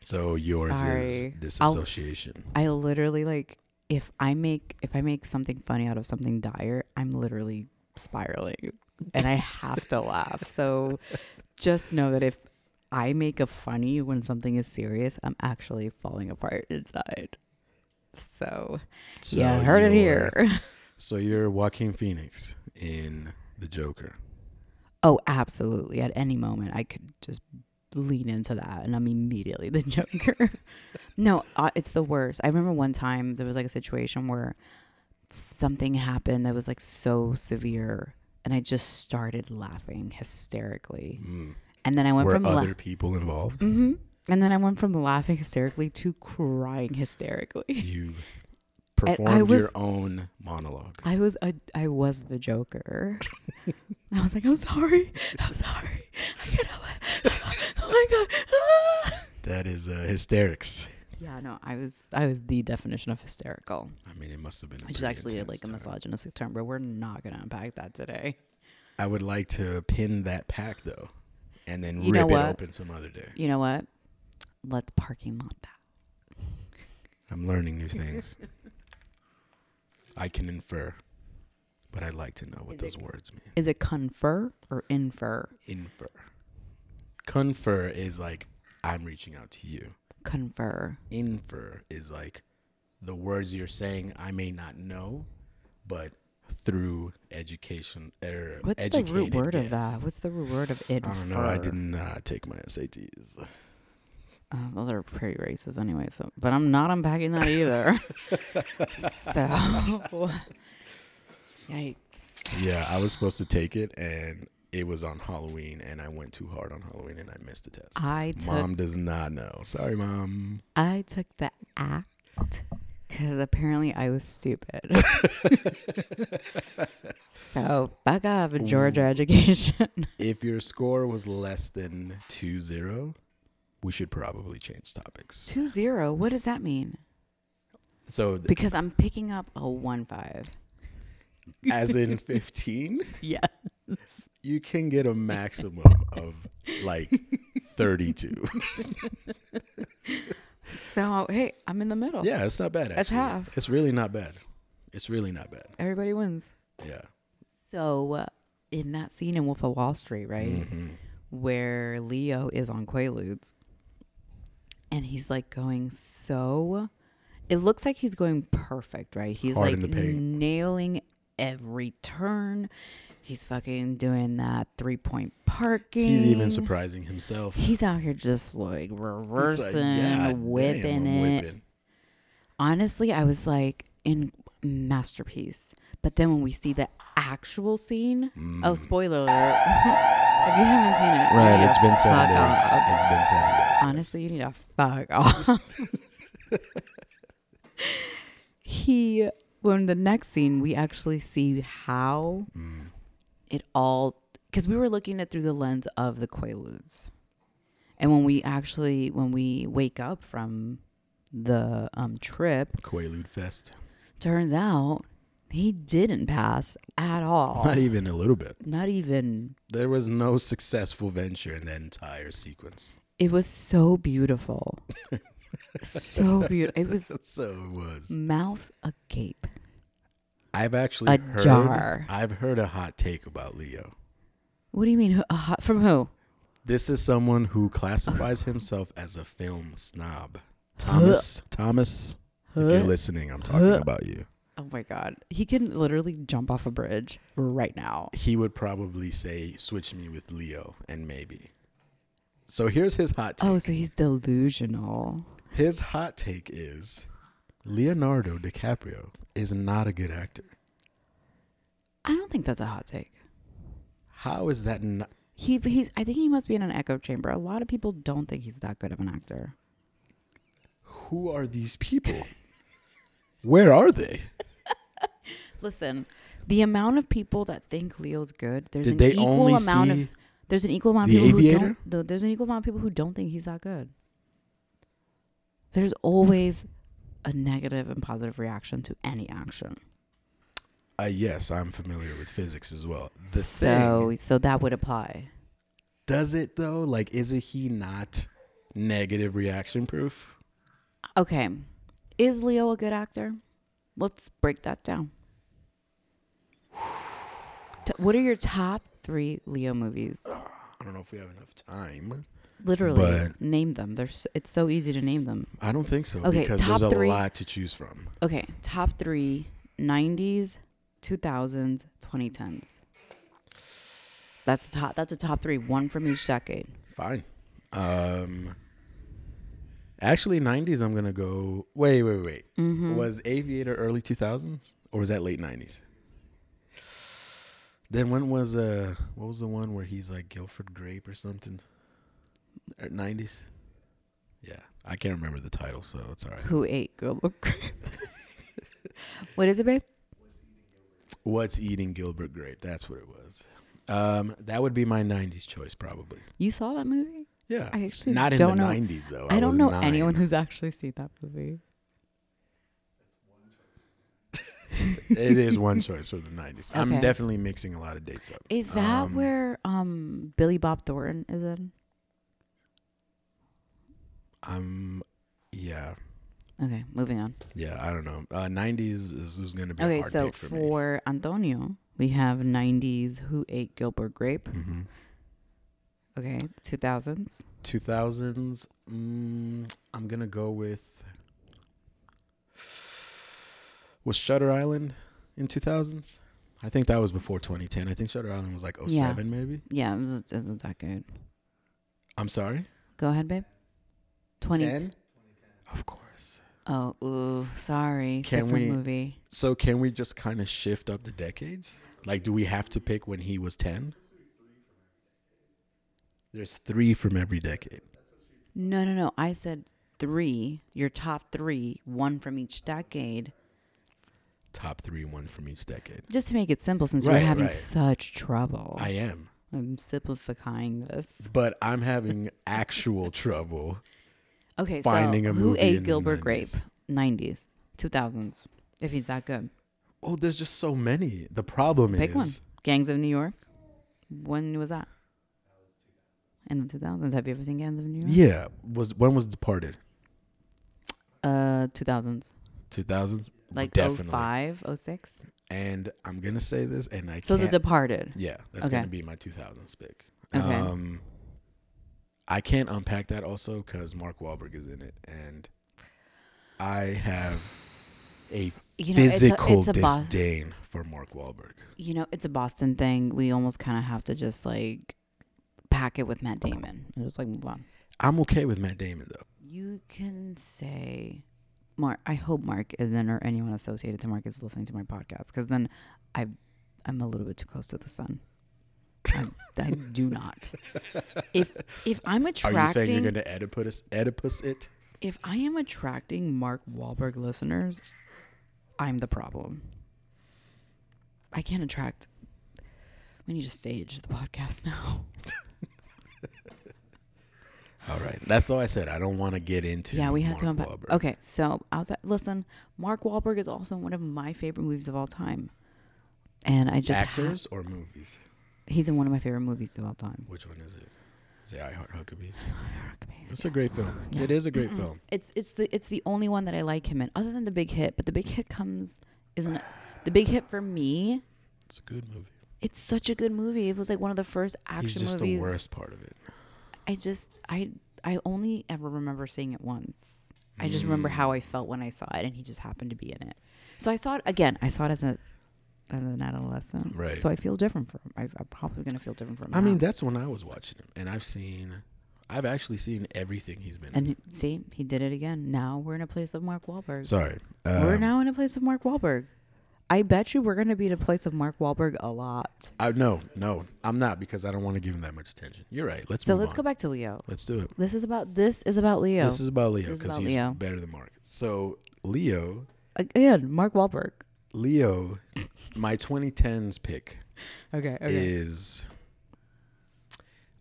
Speaker 2: So yours
Speaker 1: Sorry.
Speaker 2: is
Speaker 1: I'll-
Speaker 2: disassociation.
Speaker 1: I literally like if I make if I make something funny out of something dire, I'm literally spiraling and I have to laugh. So just know that if I make a funny when something is serious, I'm actually falling apart inside. So,
Speaker 2: So
Speaker 1: yeah, heard it
Speaker 2: you're-
Speaker 1: here.
Speaker 2: So you're Joaquin Phoenix in The Joker.
Speaker 1: Oh, absolutely. At any moment, I could just lean into that and I'm immediately the Joker. no, uh, it's the worst. I remember one time there was like a situation where something happened that was like so severe and I just started laughing hysterically. And then I went
Speaker 2: Mm. Were
Speaker 1: from la- Mm-hmm.
Speaker 2: other people involved?
Speaker 1: and then I went from laughing hysterically to crying hysterically.
Speaker 2: You performed your
Speaker 1: Mm-hmm. was-
Speaker 2: own monologue.
Speaker 1: I was a I was the Joker. I was like, I'm sorry, I'm sorry, I can't help it. Oh my god. Ah.
Speaker 2: That is uh, hysterics.
Speaker 1: Yeah, no, I was I was the definition of hysterical,
Speaker 2: I mean, it must have been. a
Speaker 1: which is
Speaker 2: pretty
Speaker 1: actually
Speaker 2: intense
Speaker 1: like a
Speaker 2: time.
Speaker 1: misogynistic term, but we're not gonna unpack that today.
Speaker 2: I would like to pin that pack though, and then
Speaker 1: You know
Speaker 2: rip it
Speaker 1: what?
Speaker 2: open some other day.
Speaker 1: You know what? Let's parking lot that.
Speaker 2: I'm learning new things. I can infer, but I'd like to know what
Speaker 1: Is
Speaker 2: those
Speaker 1: it-
Speaker 2: words mean.
Speaker 1: Is it confer or infer?
Speaker 2: Infer. Confer is like I'm reaching out to you.
Speaker 1: Confer.
Speaker 2: infer is like the words you're saying I may not know, but through education er,
Speaker 1: What's the root
Speaker 2: educated
Speaker 1: word of
Speaker 2: guess.
Speaker 1: that? What's the root word of infer?
Speaker 2: I don't know. I did not take my SATs.
Speaker 1: Uh, those are pretty racist anyway. So, but I'm not unpacking that either. so, yikes.
Speaker 2: Yeah, I was supposed to take it, and it was on Halloween, and I went too hard on Halloween, and I missed the test.
Speaker 1: I took
Speaker 2: Mom does not know. Sorry, mom.
Speaker 1: I took the act because apparently I was stupid. so buck up, Georgia education.
Speaker 2: If your score was less than two zero, we should probably change topics.
Speaker 1: Two zero. What does that mean?
Speaker 2: So, th-
Speaker 1: Because I'm picking up a one five.
Speaker 2: as in fifteen,
Speaker 1: Yeah.
Speaker 2: you can get a maximum of like thirty-two.
Speaker 1: So hey, I'm in the middle.
Speaker 2: yeah, it's not bad. Actually.
Speaker 1: Oh. That's half.
Speaker 2: It's really not bad. It's really not bad.
Speaker 1: Everybody wins.
Speaker 2: Yeah.
Speaker 1: So uh, in that scene in Wolf of Wall Street, right,
Speaker 2: Mm-hmm.
Speaker 1: where Leo is on Quaaludes, and he's like going so, it looks like he's going perfect, right? He's
Speaker 2: Hard
Speaker 1: like
Speaker 2: in the paint.
Speaker 1: nailing every turn. He's fucking doing that three point parking.
Speaker 2: He's even surprising himself. It's
Speaker 1: He's out here just like
Speaker 2: like, "God
Speaker 1: reversing,
Speaker 2: damn,
Speaker 1: whipping
Speaker 2: I'm
Speaker 1: it honestly, I was like in masterpiece. But then when we see the actual scene, oh, spoiler alert! if you haven't seen it, you
Speaker 2: Mm. Right,
Speaker 1: need
Speaker 2: it's
Speaker 1: to
Speaker 2: been seven
Speaker 1: fuck
Speaker 2: days.
Speaker 1: off.
Speaker 2: It's been seven days.
Speaker 1: Honestly, you need to fuck off. he, when the next scene, we actually see how
Speaker 2: Mm.
Speaker 1: it all, because we were looking at through the lens of the Quaaludes. And when we actually, when we wake up from the um, trip,
Speaker 2: Quaalude Fest.
Speaker 1: Turns out he didn't pass at all.
Speaker 2: Not e- even a little bit.
Speaker 1: Not even.
Speaker 2: There was no successful venture in that entire sequence.
Speaker 1: It was so beautiful. so beautiful. It was
Speaker 2: So it was.
Speaker 1: mouth agape.
Speaker 2: I've actually
Speaker 1: A
Speaker 2: heard.
Speaker 1: jar.
Speaker 2: I've heard a hot take about Leo.
Speaker 1: What do you mean? who- a hot- From who?
Speaker 2: This is someone who classifies himself as a film snob. Thomas, Thomas, if you're listening, I'm talking about you.
Speaker 1: Oh my God. He can literally jump off a bridge right now.
Speaker 2: He would probably say, "Switch me with Leo," and maybe. So here's his hot take.
Speaker 1: Oh, so he's delusional.
Speaker 2: His hot take is Leonardo DiCaprio is not a good actor.
Speaker 1: I don't think that's a hot take.
Speaker 2: How is that not?
Speaker 1: He, he's. I think he must be in an echo chamber. A lot of people don't think he's that good of an actor.
Speaker 2: Who are these people? Where are they?
Speaker 1: Listen, the amount of people that think Leo's good, there's
Speaker 2: Did
Speaker 1: an
Speaker 2: they
Speaker 1: equal
Speaker 2: only
Speaker 1: amount
Speaker 2: see
Speaker 1: of there's an equal amount of
Speaker 2: The
Speaker 1: people who
Speaker 2: Aviator?
Speaker 1: don't. th- There's an equal amount of people who don't think he's that good. There's always a negative and positive reaction to any action.
Speaker 2: Uh, yes, I'm familiar with physics as well. The
Speaker 1: So,
Speaker 2: thing
Speaker 1: so that would apply.
Speaker 2: does it though? Like, isn't he not negative reaction proof?
Speaker 1: Okay, is Leo a good actor? Let's break that down. T- what are your top three Leo movies?
Speaker 2: I don't know if we have enough time.
Speaker 1: Literally,
Speaker 2: but-
Speaker 1: name them. There's. It's so easy to name them.
Speaker 2: I don't think so
Speaker 1: Okay,
Speaker 2: because
Speaker 1: top
Speaker 2: there's a
Speaker 1: three.
Speaker 2: lot to choose from.
Speaker 1: Okay, top three 90s, 2000s, 2010s. That's the top. That's a top three, one from each decade.
Speaker 2: Fine. Um Actually, 90s I'm going to go Wait, wait, wait.
Speaker 1: Mm-hmm.
Speaker 2: Was Aviator early 2000s or was that late 90s? Then when was uh what was the one where he's like Guilford Grape or something? Or 90s? Yeah. I can't remember the title, so it's all right.
Speaker 1: Who ate Gilbert Grape? what is it, babe?
Speaker 2: What's eating Gilbert Grape? That's what it was. Um that would be my 90s choice probably.
Speaker 1: You saw that movie?
Speaker 2: Yeah.
Speaker 1: I actually
Speaker 2: not in
Speaker 1: don't
Speaker 2: the
Speaker 1: know.
Speaker 2: 90s though.
Speaker 1: I, don't
Speaker 2: was
Speaker 1: know
Speaker 2: nine.
Speaker 1: anyone who's actually seen that movie.
Speaker 2: it is one choice for the 90s. I'm
Speaker 1: Okay.
Speaker 2: definitely mixing a lot of dates up.
Speaker 1: Is that
Speaker 2: Um,
Speaker 1: where um Billy Bob Thornton is in?
Speaker 2: I'm, yeah,
Speaker 1: Okay, moving on.
Speaker 2: yeah. I don't know. Uh, 90s is, is going to be a
Speaker 1: Okay,
Speaker 2: hard
Speaker 1: so
Speaker 2: pick
Speaker 1: for,
Speaker 2: for, me.
Speaker 1: Antonio, we have 90s Who Ate Gilbert Grape.
Speaker 2: Mhm.
Speaker 1: Okay, 2000s.
Speaker 2: 2000s. Mm, I'm gonna go with. Was Shutter Island in 2000s? I think that was before 2010. I think Shutter Island was like 07
Speaker 1: Yeah.
Speaker 2: maybe.
Speaker 1: Yeah, it was, it wasn't that good.
Speaker 2: I'm sorry.
Speaker 1: Go ahead, babe. Twenty.
Speaker 2: Ten? Of course.
Speaker 1: Oh, ooh, sorry.
Speaker 2: Can
Speaker 1: Different
Speaker 2: we-
Speaker 1: movie.
Speaker 2: So can we just kind of shift up the decades? Like, do we have to pick when he was ten? There's three from every decade.
Speaker 1: No, no, no. I said three. Your top three, one from each decade,
Speaker 2: Top three, one from each decade.
Speaker 1: just to make it simple, since
Speaker 2: Right,
Speaker 1: we're having
Speaker 2: right.
Speaker 1: such trouble.
Speaker 2: I am,
Speaker 1: I'm simplifying this.
Speaker 2: but I'm having actual trouble.
Speaker 1: Okay,
Speaker 2: finding
Speaker 1: so
Speaker 2: a
Speaker 1: who
Speaker 2: movie in
Speaker 1: ate
Speaker 2: the
Speaker 1: Gilbert
Speaker 2: 90s.
Speaker 1: Grape? Nineties, two thousands. If he's that good,
Speaker 2: Oh, there's just so many. The problem
Speaker 1: pick
Speaker 2: is
Speaker 1: one. Gangs of New York. When was that? In the two thousands. Have you ever seen Gangs of New York?
Speaker 2: Yeah, was when was Departed?
Speaker 1: Uh, two thousands.
Speaker 2: 2000s?
Speaker 1: Like oh
Speaker 2: Definitely.
Speaker 1: five, oh six.
Speaker 2: And I'm going to say this and I
Speaker 1: So
Speaker 2: can't
Speaker 1: The Departed.
Speaker 2: Yeah, that's
Speaker 1: Okay.
Speaker 2: going to be my 2000s pick.
Speaker 1: Okay.
Speaker 2: Um I can't unpack that also cuz Mark Wahlberg is in it and I have a
Speaker 1: You know, it's a-
Speaker 2: physical
Speaker 1: it's a bo-
Speaker 2: disdain for Mark Wahlberg.
Speaker 1: You know, it's a Boston thing. We almost kind of have to just like pack it with Matt Damon and just like move on.
Speaker 2: I'm okay with Matt Damon though.
Speaker 1: You can say, Mark. I hope Mark isn't, or anyone associated to Mark is listening to my podcast, because then I, I'm a little bit too close to the sun. I, I do not. If if I'm
Speaker 2: Are you saying
Speaker 1: attracting,
Speaker 2: you're going to Oedipus Oedipus it?
Speaker 1: if I am attracting Mark Wahlberg listeners, I'm the problem. I can't attract. We need to stage the podcast now.
Speaker 2: All right. That's all I said. I don't want to get into
Speaker 1: Yeah, we had to
Speaker 2: Mark
Speaker 1: unpack.
Speaker 2: Wahlberg.
Speaker 1: Okay, so outside, listen, Mark Wahlberg is also one of my favorite movies of all time, and I just ha-
Speaker 2: Actors or movies?
Speaker 1: he's in one of my favorite movies of all time.
Speaker 2: Which one is it? Is it I Heart Huckabees?
Speaker 1: It's
Speaker 2: It's a great film.
Speaker 1: Yeah.
Speaker 2: It is a great film.
Speaker 1: it's the it's the only one that I like him in, other than the Big Hit. But the Big Hit comes isn't the Big Hit for me.
Speaker 2: It's a good movie.
Speaker 1: It's such a good movie. It was like one of the first action
Speaker 2: He's just
Speaker 1: movies.
Speaker 2: the worst part of it.
Speaker 1: I just I I only ever remember seeing it once. I just remember how I felt when I saw it, and he just happened to be in it. So I saw it again. I saw it as a as an adolescent,
Speaker 2: Right.
Speaker 1: So I feel different from. I, I'm probably gonna feel different from.
Speaker 2: I mean,
Speaker 1: now.
Speaker 2: that's when I was watching him, and I've seen, I've actually seen everything he's been. in.
Speaker 1: and he- see, he did it again. Now we're in a place of Mark Wahlberg.
Speaker 2: Sorry,
Speaker 1: we're
Speaker 2: um,
Speaker 1: now in a place of Mark Wahlberg. I bet you we're gonna be in a place of Mark Wahlberg a lot.
Speaker 2: I, no, no, I'm not because I don't want to give him that much attention. You're right. Let's
Speaker 1: So
Speaker 2: move
Speaker 1: let's
Speaker 2: on.
Speaker 1: go back to Leo.
Speaker 2: Let's do it.
Speaker 1: This is about this is about Leo
Speaker 2: This is about Leo
Speaker 1: This is
Speaker 2: because
Speaker 1: about
Speaker 2: he's
Speaker 1: Leo.
Speaker 2: better than Mark. So Leo,
Speaker 1: again. Mark Wahlberg.
Speaker 2: Leo, my 2010s pick
Speaker 1: Okay. Okay.
Speaker 2: is,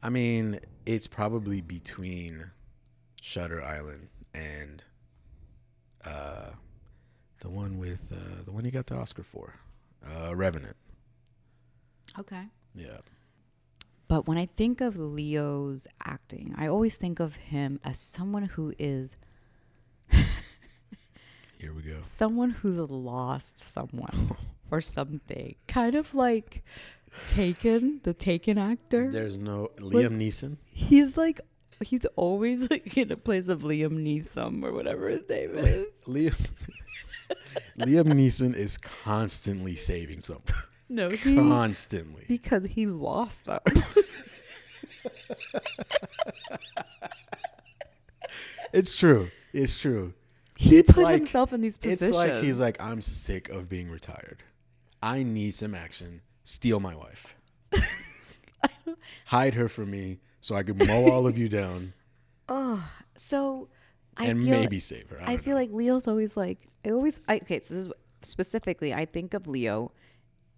Speaker 2: I mean, it's probably between Shutter Island and uh, the one with uh, the one he got the Oscar for, uh, Revenant.
Speaker 1: okay.
Speaker 2: Yeah.
Speaker 1: But when I think of Leo's acting, I always think of him as someone who is
Speaker 2: Here we go.
Speaker 1: someone who's lost someone or something. Kind of like Taken, the Taken actor.
Speaker 2: There's no Liam Neeson.
Speaker 1: He's like he's always like in a place of Liam Neeson or whatever his name is.
Speaker 2: Liam Liam Neeson is constantly saving something.
Speaker 1: No, he
Speaker 2: Constantly.
Speaker 1: because he lost them.
Speaker 2: It's true. It's true.
Speaker 1: He
Speaker 2: It's
Speaker 1: put
Speaker 2: like-
Speaker 1: himself in these
Speaker 2: It's
Speaker 1: positions.
Speaker 2: like he's like, I'm sick of being retired. I need some action. Steal my wife. Hide her from me so I could mow all of you down
Speaker 1: so I
Speaker 2: and
Speaker 1: feel
Speaker 2: maybe save her. I,
Speaker 1: I
Speaker 2: don't
Speaker 1: feel like Leo's always like I always I, okay. So this is specifically I think of Leo.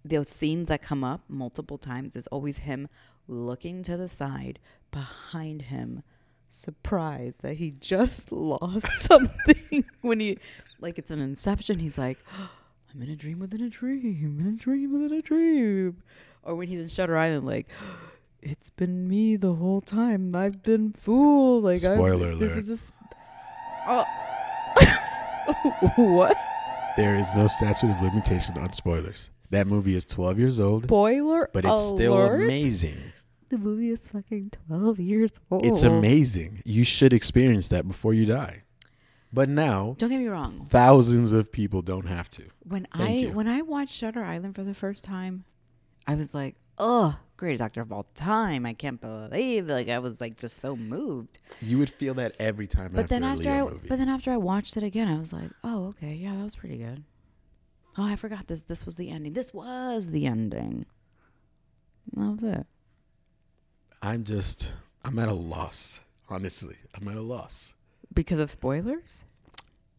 Speaker 1: Those scenes that come up multiple times is always him looking to the side behind him, surprised that he just lost something when he like it's an inception. He's like, I'm in a dream within a dream, in a dream within a dream. Or when he's in Shutter Island, like, it's been me the whole time. I've been fooled. Like, I've-
Speaker 2: Spoiler
Speaker 1: This
Speaker 2: alert.
Speaker 1: is a. Sp- oh. what?
Speaker 2: know. there is no statute of limitation on spoilers. That movie is 12 years old,
Speaker 1: Spoiler
Speaker 2: but it's still
Speaker 1: alert?
Speaker 2: amazing.
Speaker 1: The movie is fucking 12 years old.
Speaker 2: It's amazing. You should experience that before you die. But now,
Speaker 1: Don't get me wrong.
Speaker 2: thousands of people don't have to.
Speaker 1: When
Speaker 2: Thank
Speaker 1: I
Speaker 2: you.
Speaker 1: when I watched Shutter Island for the first time, I was like, oh, greatest actor of all time. I can't believe like I was like just so moved.
Speaker 2: You would feel that every time
Speaker 1: But
Speaker 2: after
Speaker 1: then
Speaker 2: a
Speaker 1: after
Speaker 2: Leo
Speaker 1: I
Speaker 2: movie.
Speaker 1: but then after I watched it again, I was like, oh okay, yeah, that was pretty good. Oh, I forgot this. This was the ending. This was the ending. And that was it.
Speaker 2: I'm just, I'm at a loss. Honestly, I'm at a loss.
Speaker 1: Because of spoilers?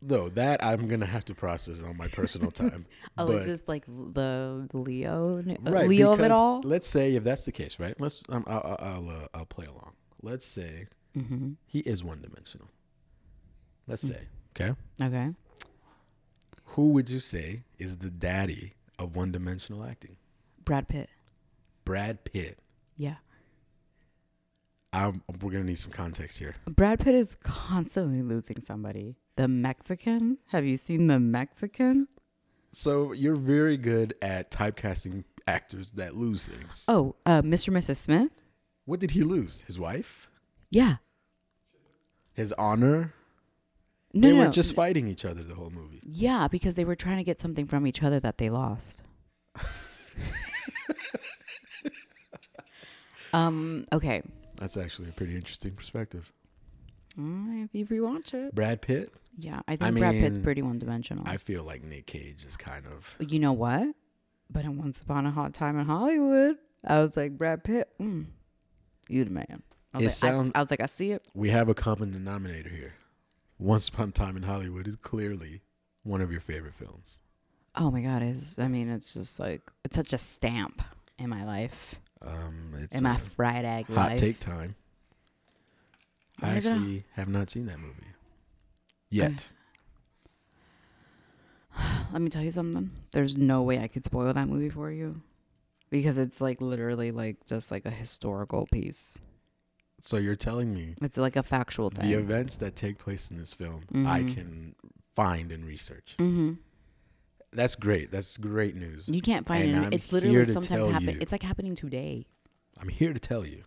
Speaker 2: No, that I'm gonna have to process on my personal time.
Speaker 1: Oh,
Speaker 2: but
Speaker 1: it's just like the Leo,
Speaker 2: right,
Speaker 1: Leo of it
Speaker 2: because
Speaker 1: all.
Speaker 2: Let's say if that's the case, right? Let's, um, I'll, I'll, I'll, uh, I'll play along. Let's say
Speaker 1: Mm-hmm. Mm.
Speaker 2: he is one dimensional. Let's say, okay.
Speaker 1: Okay.
Speaker 2: Who would you say is the daddy of one dimensional acting?
Speaker 1: Brad Pitt.
Speaker 2: Brad Pitt.
Speaker 1: Yeah.
Speaker 2: I'm, we're gonna need some context here.
Speaker 1: Brad Pitt is constantly losing somebody. The Mexican? Have you seen the Mexican?
Speaker 2: So you're very good at typecasting actors that lose things.
Speaker 1: Oh, uh, Mr. and Mrs. Smith?
Speaker 2: What did he lose? His wife?
Speaker 1: Yeah.
Speaker 2: His honor?
Speaker 1: No,
Speaker 2: they
Speaker 1: no,
Speaker 2: were
Speaker 1: no.
Speaker 2: just fighting each other the whole movie.
Speaker 1: Yeah, because they were trying to get something from each other that they lost. um. Okay.
Speaker 2: That's actually a pretty interesting perspective.
Speaker 1: Mm, if you rewatch it.
Speaker 2: Brad Pitt,
Speaker 1: Yeah, I think Brad Pitt's
Speaker 2: mean,
Speaker 1: pretty one-dimensional.
Speaker 2: I feel like Nick Cage is kind of
Speaker 1: you know what? But in Once Upon a Hot Time in Hollywood, I was like, Brad Pitt, mm, you the man. I was,
Speaker 2: It
Speaker 1: like, I s-
Speaker 2: sound-
Speaker 1: I, was like, I see it.
Speaker 2: we have a common denominator here. Once Upon a Time in Hollywood is clearly one of your favorite films.
Speaker 1: Oh my God, it's, I mean, it's just like, it's such a stamp in my life,
Speaker 2: Um it's
Speaker 1: in my
Speaker 2: a
Speaker 1: fried egg
Speaker 2: hot
Speaker 1: life.
Speaker 2: take time. I
Speaker 1: Why is it a-
Speaker 2: actually have not seen that movie. Yet.
Speaker 1: Let me tell you something. There's no way I could spoil that movie for you because it's like literally like just like a historical piece.
Speaker 2: So you're telling me
Speaker 1: It's like a factual thing.
Speaker 2: the events that take place in this film I
Speaker 1: Mhm.
Speaker 2: can find and research.
Speaker 1: hmm
Speaker 2: That's great. That's great news.
Speaker 1: You can't find
Speaker 2: And
Speaker 1: it. in-
Speaker 2: I'm
Speaker 1: It's
Speaker 2: here
Speaker 1: literally
Speaker 2: to
Speaker 1: sometimes
Speaker 2: tell
Speaker 1: happening.
Speaker 2: you.
Speaker 1: It's like happening today.
Speaker 2: I'm here to tell you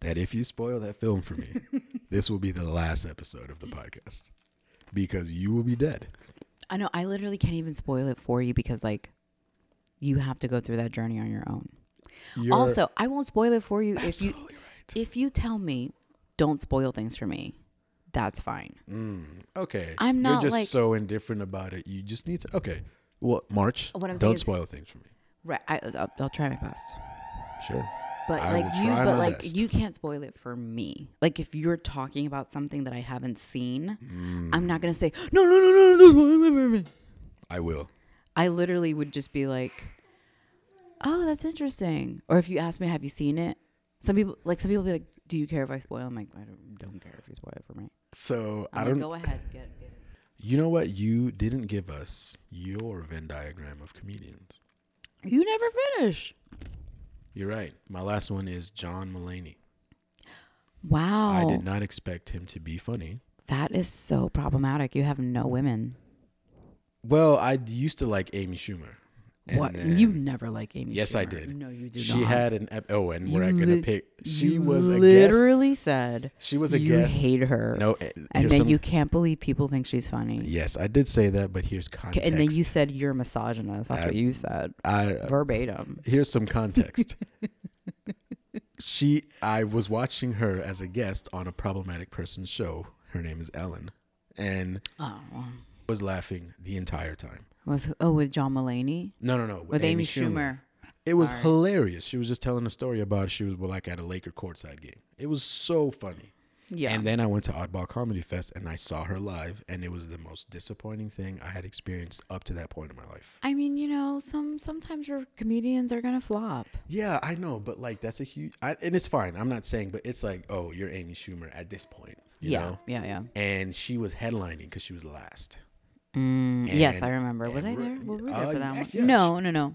Speaker 2: that if you spoil that film for me, this will be the last episode of the podcast because you will be dead.
Speaker 1: I know. I literally can't even spoil it for you because like you have to go through that journey on your own.
Speaker 2: You're
Speaker 1: also, I won't spoil it for you if you
Speaker 2: absolutely right.
Speaker 1: if you tell me don't spoil things for me. That's fine.
Speaker 2: Okay,
Speaker 1: I'm not,
Speaker 2: You're just
Speaker 1: like-
Speaker 2: so indifferent about it. You just need to. Okay, well, March.
Speaker 1: What I'm saying
Speaker 2: don't
Speaker 1: is-
Speaker 2: spoil things for me.
Speaker 1: Right. I, I'll, I'll try my best.
Speaker 2: Sure.
Speaker 1: But
Speaker 2: I
Speaker 1: like
Speaker 2: will
Speaker 1: you,
Speaker 2: try
Speaker 1: but
Speaker 2: my
Speaker 1: like
Speaker 2: best.
Speaker 1: you can't spoil it for me. Like if you're talking about something that I haven't seen, I'm not gonna say no, no, no, no, don't spoil it for me.
Speaker 2: I will.
Speaker 1: I literally would just be like, "Oh, that's interesting." Or if you ask me, "Have you seen it?" Some people like some people be like, "Do you care if I spoil?" I'm like, "I don't, don't care if you spoil it for me."
Speaker 2: So
Speaker 1: I'm
Speaker 2: I don't.
Speaker 1: like, go ahead, get it, get it.
Speaker 2: You know what? You didn't give us your Venn diagram of comedians.
Speaker 1: You never finish.
Speaker 2: You're right. My last one is John Mulaney.
Speaker 1: Wow,
Speaker 2: I did not expect him to be funny.
Speaker 1: that is so problematic. You have no women.
Speaker 2: Well, I d- used to like Amy Schumer. And
Speaker 1: what
Speaker 2: then
Speaker 1: you never like Amy?
Speaker 2: Yes, I
Speaker 1: Schumer.
Speaker 2: did.
Speaker 1: No, you do
Speaker 2: she
Speaker 1: not.
Speaker 2: had an ep- oh, and
Speaker 1: You
Speaker 2: we're gonna
Speaker 1: lit-
Speaker 2: pick. She
Speaker 1: You
Speaker 2: was a guest.
Speaker 1: literally said
Speaker 2: She was a
Speaker 1: you
Speaker 2: guest.
Speaker 1: hate her.
Speaker 2: No, eh,
Speaker 1: and
Speaker 2: here's
Speaker 1: then
Speaker 2: some-
Speaker 1: you can't believe people think she's funny.
Speaker 2: Yes, I did say that, but here's context.
Speaker 1: And then you said you're a misogynist. That's
Speaker 2: I-
Speaker 1: what you said
Speaker 2: I
Speaker 1: verbatim.
Speaker 2: here's some context. she, I was watching her as a guest on a problematic person's show. Her name is Ellen, and
Speaker 1: Oh,
Speaker 2: was laughing the entire time.
Speaker 1: with oh with John Mulaney
Speaker 2: No, no, no. With,
Speaker 1: with Amy, Schumer.
Speaker 2: It was
Speaker 1: Sorry.
Speaker 2: hilarious. She was just telling a story about she was well, like at a Laker courtside game. It was so funny.
Speaker 1: Yeah,
Speaker 2: And then I went to Oddball Comedy Fest and I saw her live, and it was the most disappointing thing I had experienced up to that point in my life.
Speaker 1: I mean you know some sometimes your comedians are gonna flop.
Speaker 2: Yeah, I know, but like that's a huge, I, and it's fine. I'm not saying, but it's like, oh, you're Amy Schumer at this point, you
Speaker 1: yeah,
Speaker 2: know?
Speaker 1: yeah, yeah,
Speaker 2: And she was headlining because she was last.
Speaker 1: Mm, yes,
Speaker 2: And-
Speaker 1: I remember. Was I
Speaker 2: and
Speaker 1: there?
Speaker 2: we're-
Speaker 1: Well, were we there
Speaker 2: uh,
Speaker 1: for that one?
Speaker 2: yeah,
Speaker 1: No, no, no.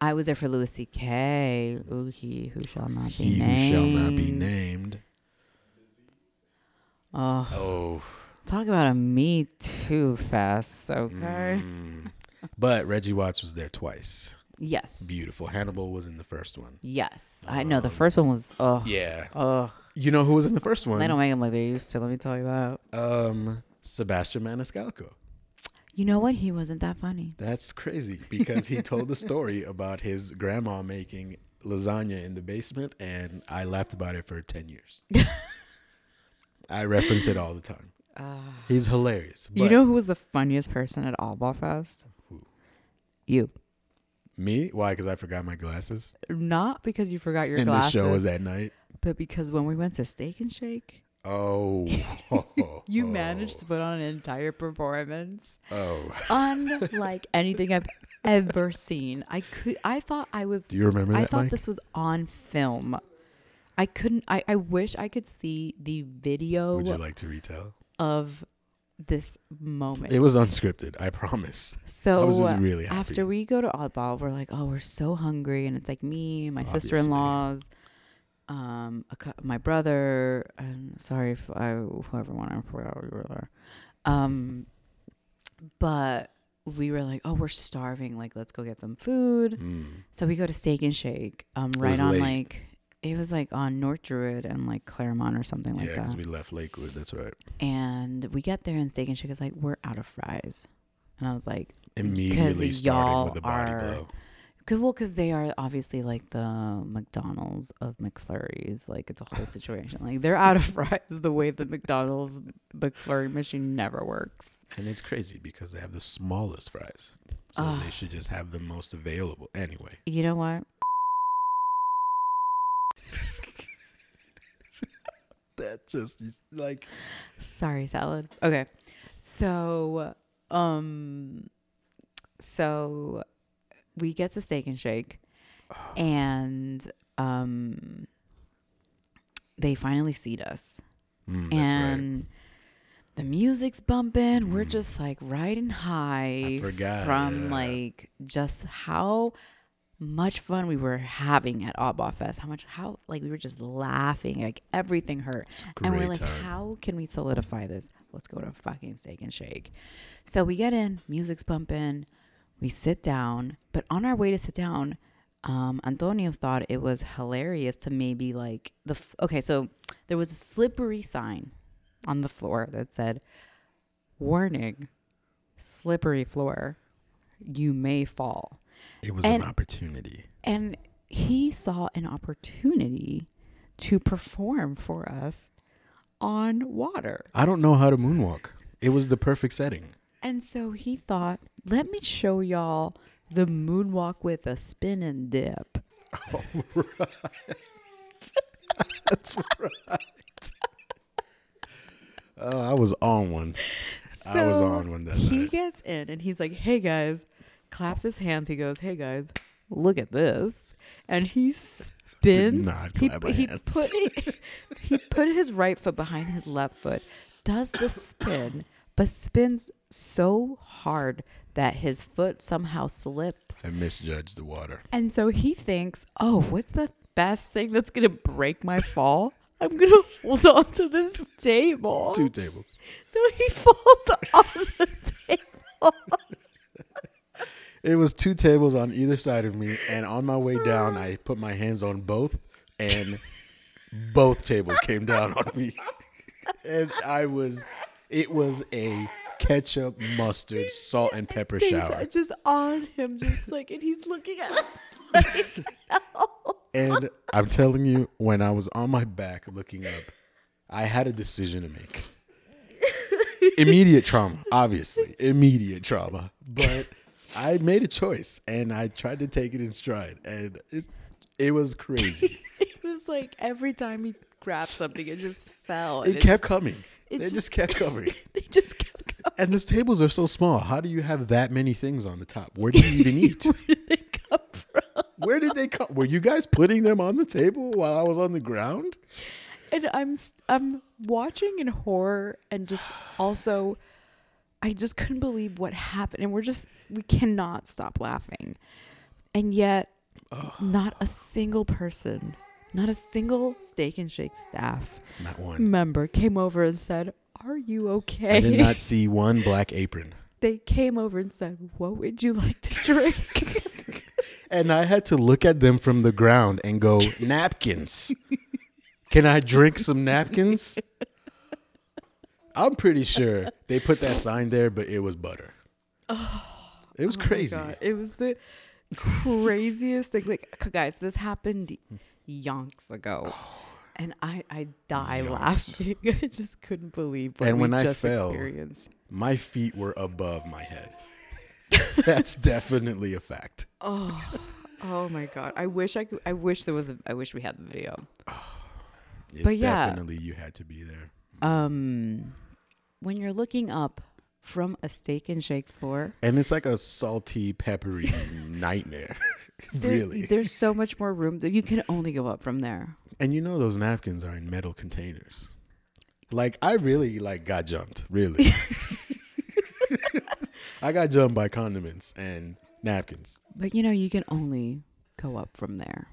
Speaker 1: I was there for Louis C.K. Ooh, he who shall not be
Speaker 2: He who
Speaker 1: named.
Speaker 2: shall not be named.
Speaker 1: Oh,
Speaker 2: Oh,
Speaker 1: talk about a me too fest. Okay.
Speaker 2: mm. but Reggie Watts was there twice.
Speaker 1: Yes.
Speaker 2: Beautiful. Hannibal was in the first one.
Speaker 1: yes. I know the first one was. Oh.
Speaker 2: Yeah.
Speaker 1: Oh.
Speaker 2: You know who was in the first
Speaker 1: They
Speaker 2: one?
Speaker 1: don't make them like they used to. Let me tell you that.
Speaker 2: Um, Sebastian Maniscalco.
Speaker 1: You know what? He wasn't that funny.
Speaker 2: That's crazy because he told the story about his grandma making lasagna in the basement, and I laughed about it for ten years. I reference it all the time. He's hilarious. But
Speaker 1: Ah. you know who was the funniest person at All Ball Fest?
Speaker 2: Who?
Speaker 1: You.
Speaker 2: me? Why? Because I forgot my glasses,
Speaker 1: Not because you forgot your
Speaker 2: and
Speaker 1: glasses,
Speaker 2: the show was at night.
Speaker 1: but because when we went to Steak and Shake,
Speaker 2: Oh,
Speaker 1: you managed to put on an entire performance.
Speaker 2: Oh,
Speaker 1: unlike anything I've ever seen. I could I thought I was
Speaker 2: do you remember
Speaker 1: I
Speaker 2: that,
Speaker 1: thought
Speaker 2: Mike?
Speaker 1: this was on film. I couldn't I, I wish I could see the video
Speaker 2: Would you like to retell?
Speaker 1: of this moment.
Speaker 2: It was unscripted. I promise.
Speaker 1: so uh,
Speaker 2: I was just really happy.
Speaker 1: after we go to Oddball, we're like, oh, we're so hungry, and it's like me, my
Speaker 2: Obviously.
Speaker 1: sister-in-laws, um, a, cou- my brother, and sorry if I whoever won, I forgot we were there. Um, but we were like, oh, we're starving. Like, let's go get some food.
Speaker 2: Mm.
Speaker 1: So we go to Steak and Shake, um, right
Speaker 2: was
Speaker 1: on
Speaker 2: late.
Speaker 1: like it was like on North Druid and like Claremont or something like
Speaker 2: yeah,
Speaker 1: that.
Speaker 2: because we left Lakewood. That's right.
Speaker 1: and we get there, and Steak and Shake is like, we're out of fries. And I was like,
Speaker 2: Immediately starting
Speaker 1: y'all
Speaker 2: with the body
Speaker 1: are-
Speaker 2: blow.
Speaker 1: Cause, well, because they are obviously like the McDonald's of McFlurries. Like it's a whole situation. Like they're out of fries the way the McDonald's McFlurry machine never works.
Speaker 2: And it's crazy because they have the smallest fries. So
Speaker 1: Ah.
Speaker 2: they should just have the most available. Anyway.
Speaker 1: You know what?
Speaker 2: That just is like
Speaker 1: Sorry, salad. Okay. So, um, so we get to Steak and Shake, and um, they finally seat us.
Speaker 2: mm, that's right.
Speaker 1: and the music's bumping. We're just like riding high
Speaker 2: forgot,
Speaker 1: from
Speaker 2: yeah.
Speaker 1: like just how much fun we were having at Oddball Fest. How much how like we were just laughing, like everything hurt. And we're
Speaker 2: great
Speaker 1: like,
Speaker 2: time.
Speaker 1: how can we solidify this? Let's go to fucking steak and shake. So we get in, music's bumping, we sit down, but on our way to sit down, um, Antonio thought it was hilarious to maybe like the f- okay, so there was a slippery sign on the floor that said, "Warning, slippery floor, you may fall."
Speaker 2: It was
Speaker 1: and-
Speaker 2: an opportunity.
Speaker 1: And he saw an opportunity to perform for us on water.
Speaker 2: I don't know how to moonwalk. It was the perfect setting.
Speaker 1: And so he thought, let me show y'all the moonwalk with a spin and dip.
Speaker 2: That's right. oh, I was on one. I was
Speaker 1: So
Speaker 2: on one that
Speaker 1: He
Speaker 2: night.
Speaker 1: gets in and he's like, hey guys, claps his hands. He goes, hey guys, look at this. And he spins.
Speaker 2: not
Speaker 1: he,
Speaker 2: clap my
Speaker 1: he
Speaker 2: hands.
Speaker 1: put he put his right foot behind his left foot, does the spin, but spins so hard that his foot somehow slips
Speaker 2: I misjudged the water.
Speaker 1: And so he thinks, oh, what's the best thing that's going to break my fall? I'm going to hold on to this table.
Speaker 2: Two tables.
Speaker 1: So he falls on the table.
Speaker 2: It was two tables on either side of me, and on my way down, I put my hands on both, and both tables came down on me, and I was, it was a ketchup, mustard, salt, and pepper
Speaker 1: Things
Speaker 2: shower,
Speaker 1: are just on him, just like, and he's looking at us like, "No."
Speaker 2: and I'm telling you, when I was on my back looking up, I had a decision to make. Immediate trauma, obviously, immediate trauma, but I made a choice, and I tried to take it in stride, and it, it was crazy.
Speaker 1: It was like every time he grabbed something, it just fell. and
Speaker 2: It kept coming.
Speaker 1: it
Speaker 2: It
Speaker 1: just-
Speaker 2: just, kept coming.
Speaker 1: They just kept coming.
Speaker 2: And those tables are so small. How do you have that many things on the top? Where did you even eat?
Speaker 1: Where did they come from?
Speaker 2: Where did they come? Were you guys putting them on the table while I was on the ground?
Speaker 1: and I'm s- I'm watching in horror and just also I just couldn't believe what happened and we're just we cannot stop laughing. And yet not a single person, not a single steak and shake staff
Speaker 2: Not one.
Speaker 1: member came over and said, "Are you okay?"
Speaker 2: I did not see one black apron.
Speaker 1: they came over and said, "What would you like to drink?"
Speaker 2: And I had to look at them from the ground and go, napkins. Can I drink some napkins? I'm pretty sure they put that sign there, but it was butter. It was
Speaker 1: Oh my
Speaker 2: crazy.
Speaker 1: God, It was the craziest thing. Like, c- guys, this happened
Speaker 2: Hmm.
Speaker 1: yonks ago.
Speaker 2: Oh.
Speaker 1: And I, I die laughing. I just couldn't believe what
Speaker 2: And
Speaker 1: we
Speaker 2: when I
Speaker 1: just
Speaker 2: fell-
Speaker 1: experienced.
Speaker 2: My feet were above my head. That's definitely a fact.
Speaker 1: Oh my god! I wish I could. I wish there was. A, I wish we had the video.
Speaker 2: It's
Speaker 1: But yeah.
Speaker 2: definitely you had to be there.
Speaker 1: Um, when you're looking up from a steak and shake floor,
Speaker 2: And it's like a salty, peppery nightmare.
Speaker 1: there-
Speaker 2: really.
Speaker 1: there's so much more room that you can only go up from there.
Speaker 2: And you know those napkins are in metal containers. Like I really like got jumped, really. I got jumped by condiments and napkins.
Speaker 1: But you know, you can only go up from there.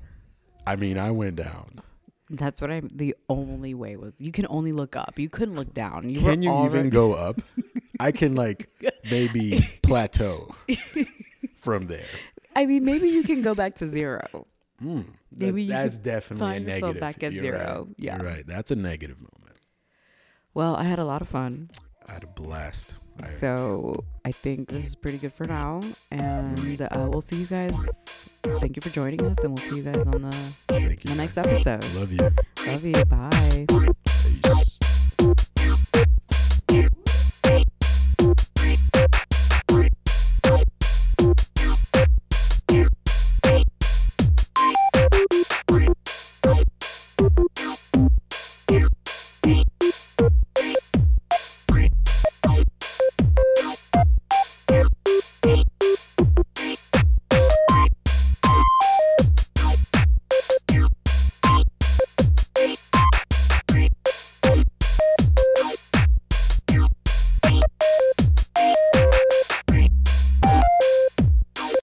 Speaker 2: I mean, I went down.
Speaker 1: That's what I'm. The only way was you can only look up. You couldn't look down. You
Speaker 2: Can
Speaker 1: were
Speaker 2: you even
Speaker 1: already-
Speaker 2: go up? I can like maybe plateau from there.
Speaker 1: I mean, maybe you can go back to zero.
Speaker 2: Mm, That-
Speaker 1: Maybe you
Speaker 2: that's
Speaker 1: could
Speaker 2: definitely
Speaker 1: find
Speaker 2: a
Speaker 1: yourself
Speaker 2: negative.
Speaker 1: back at
Speaker 2: You're
Speaker 1: zero.
Speaker 2: right.
Speaker 1: Yeah.
Speaker 2: You're right. That's a negative moment.
Speaker 1: Well, I had a lot of fun.
Speaker 2: I had a blast. I-
Speaker 1: So I think this is pretty good for now. And uh, we'll see you guys. Thank you for joining us. And we'll see you guys on the,
Speaker 2: thank you.
Speaker 1: the next episode.
Speaker 2: Love you.
Speaker 1: Love you. Bye.
Speaker 2: Peace.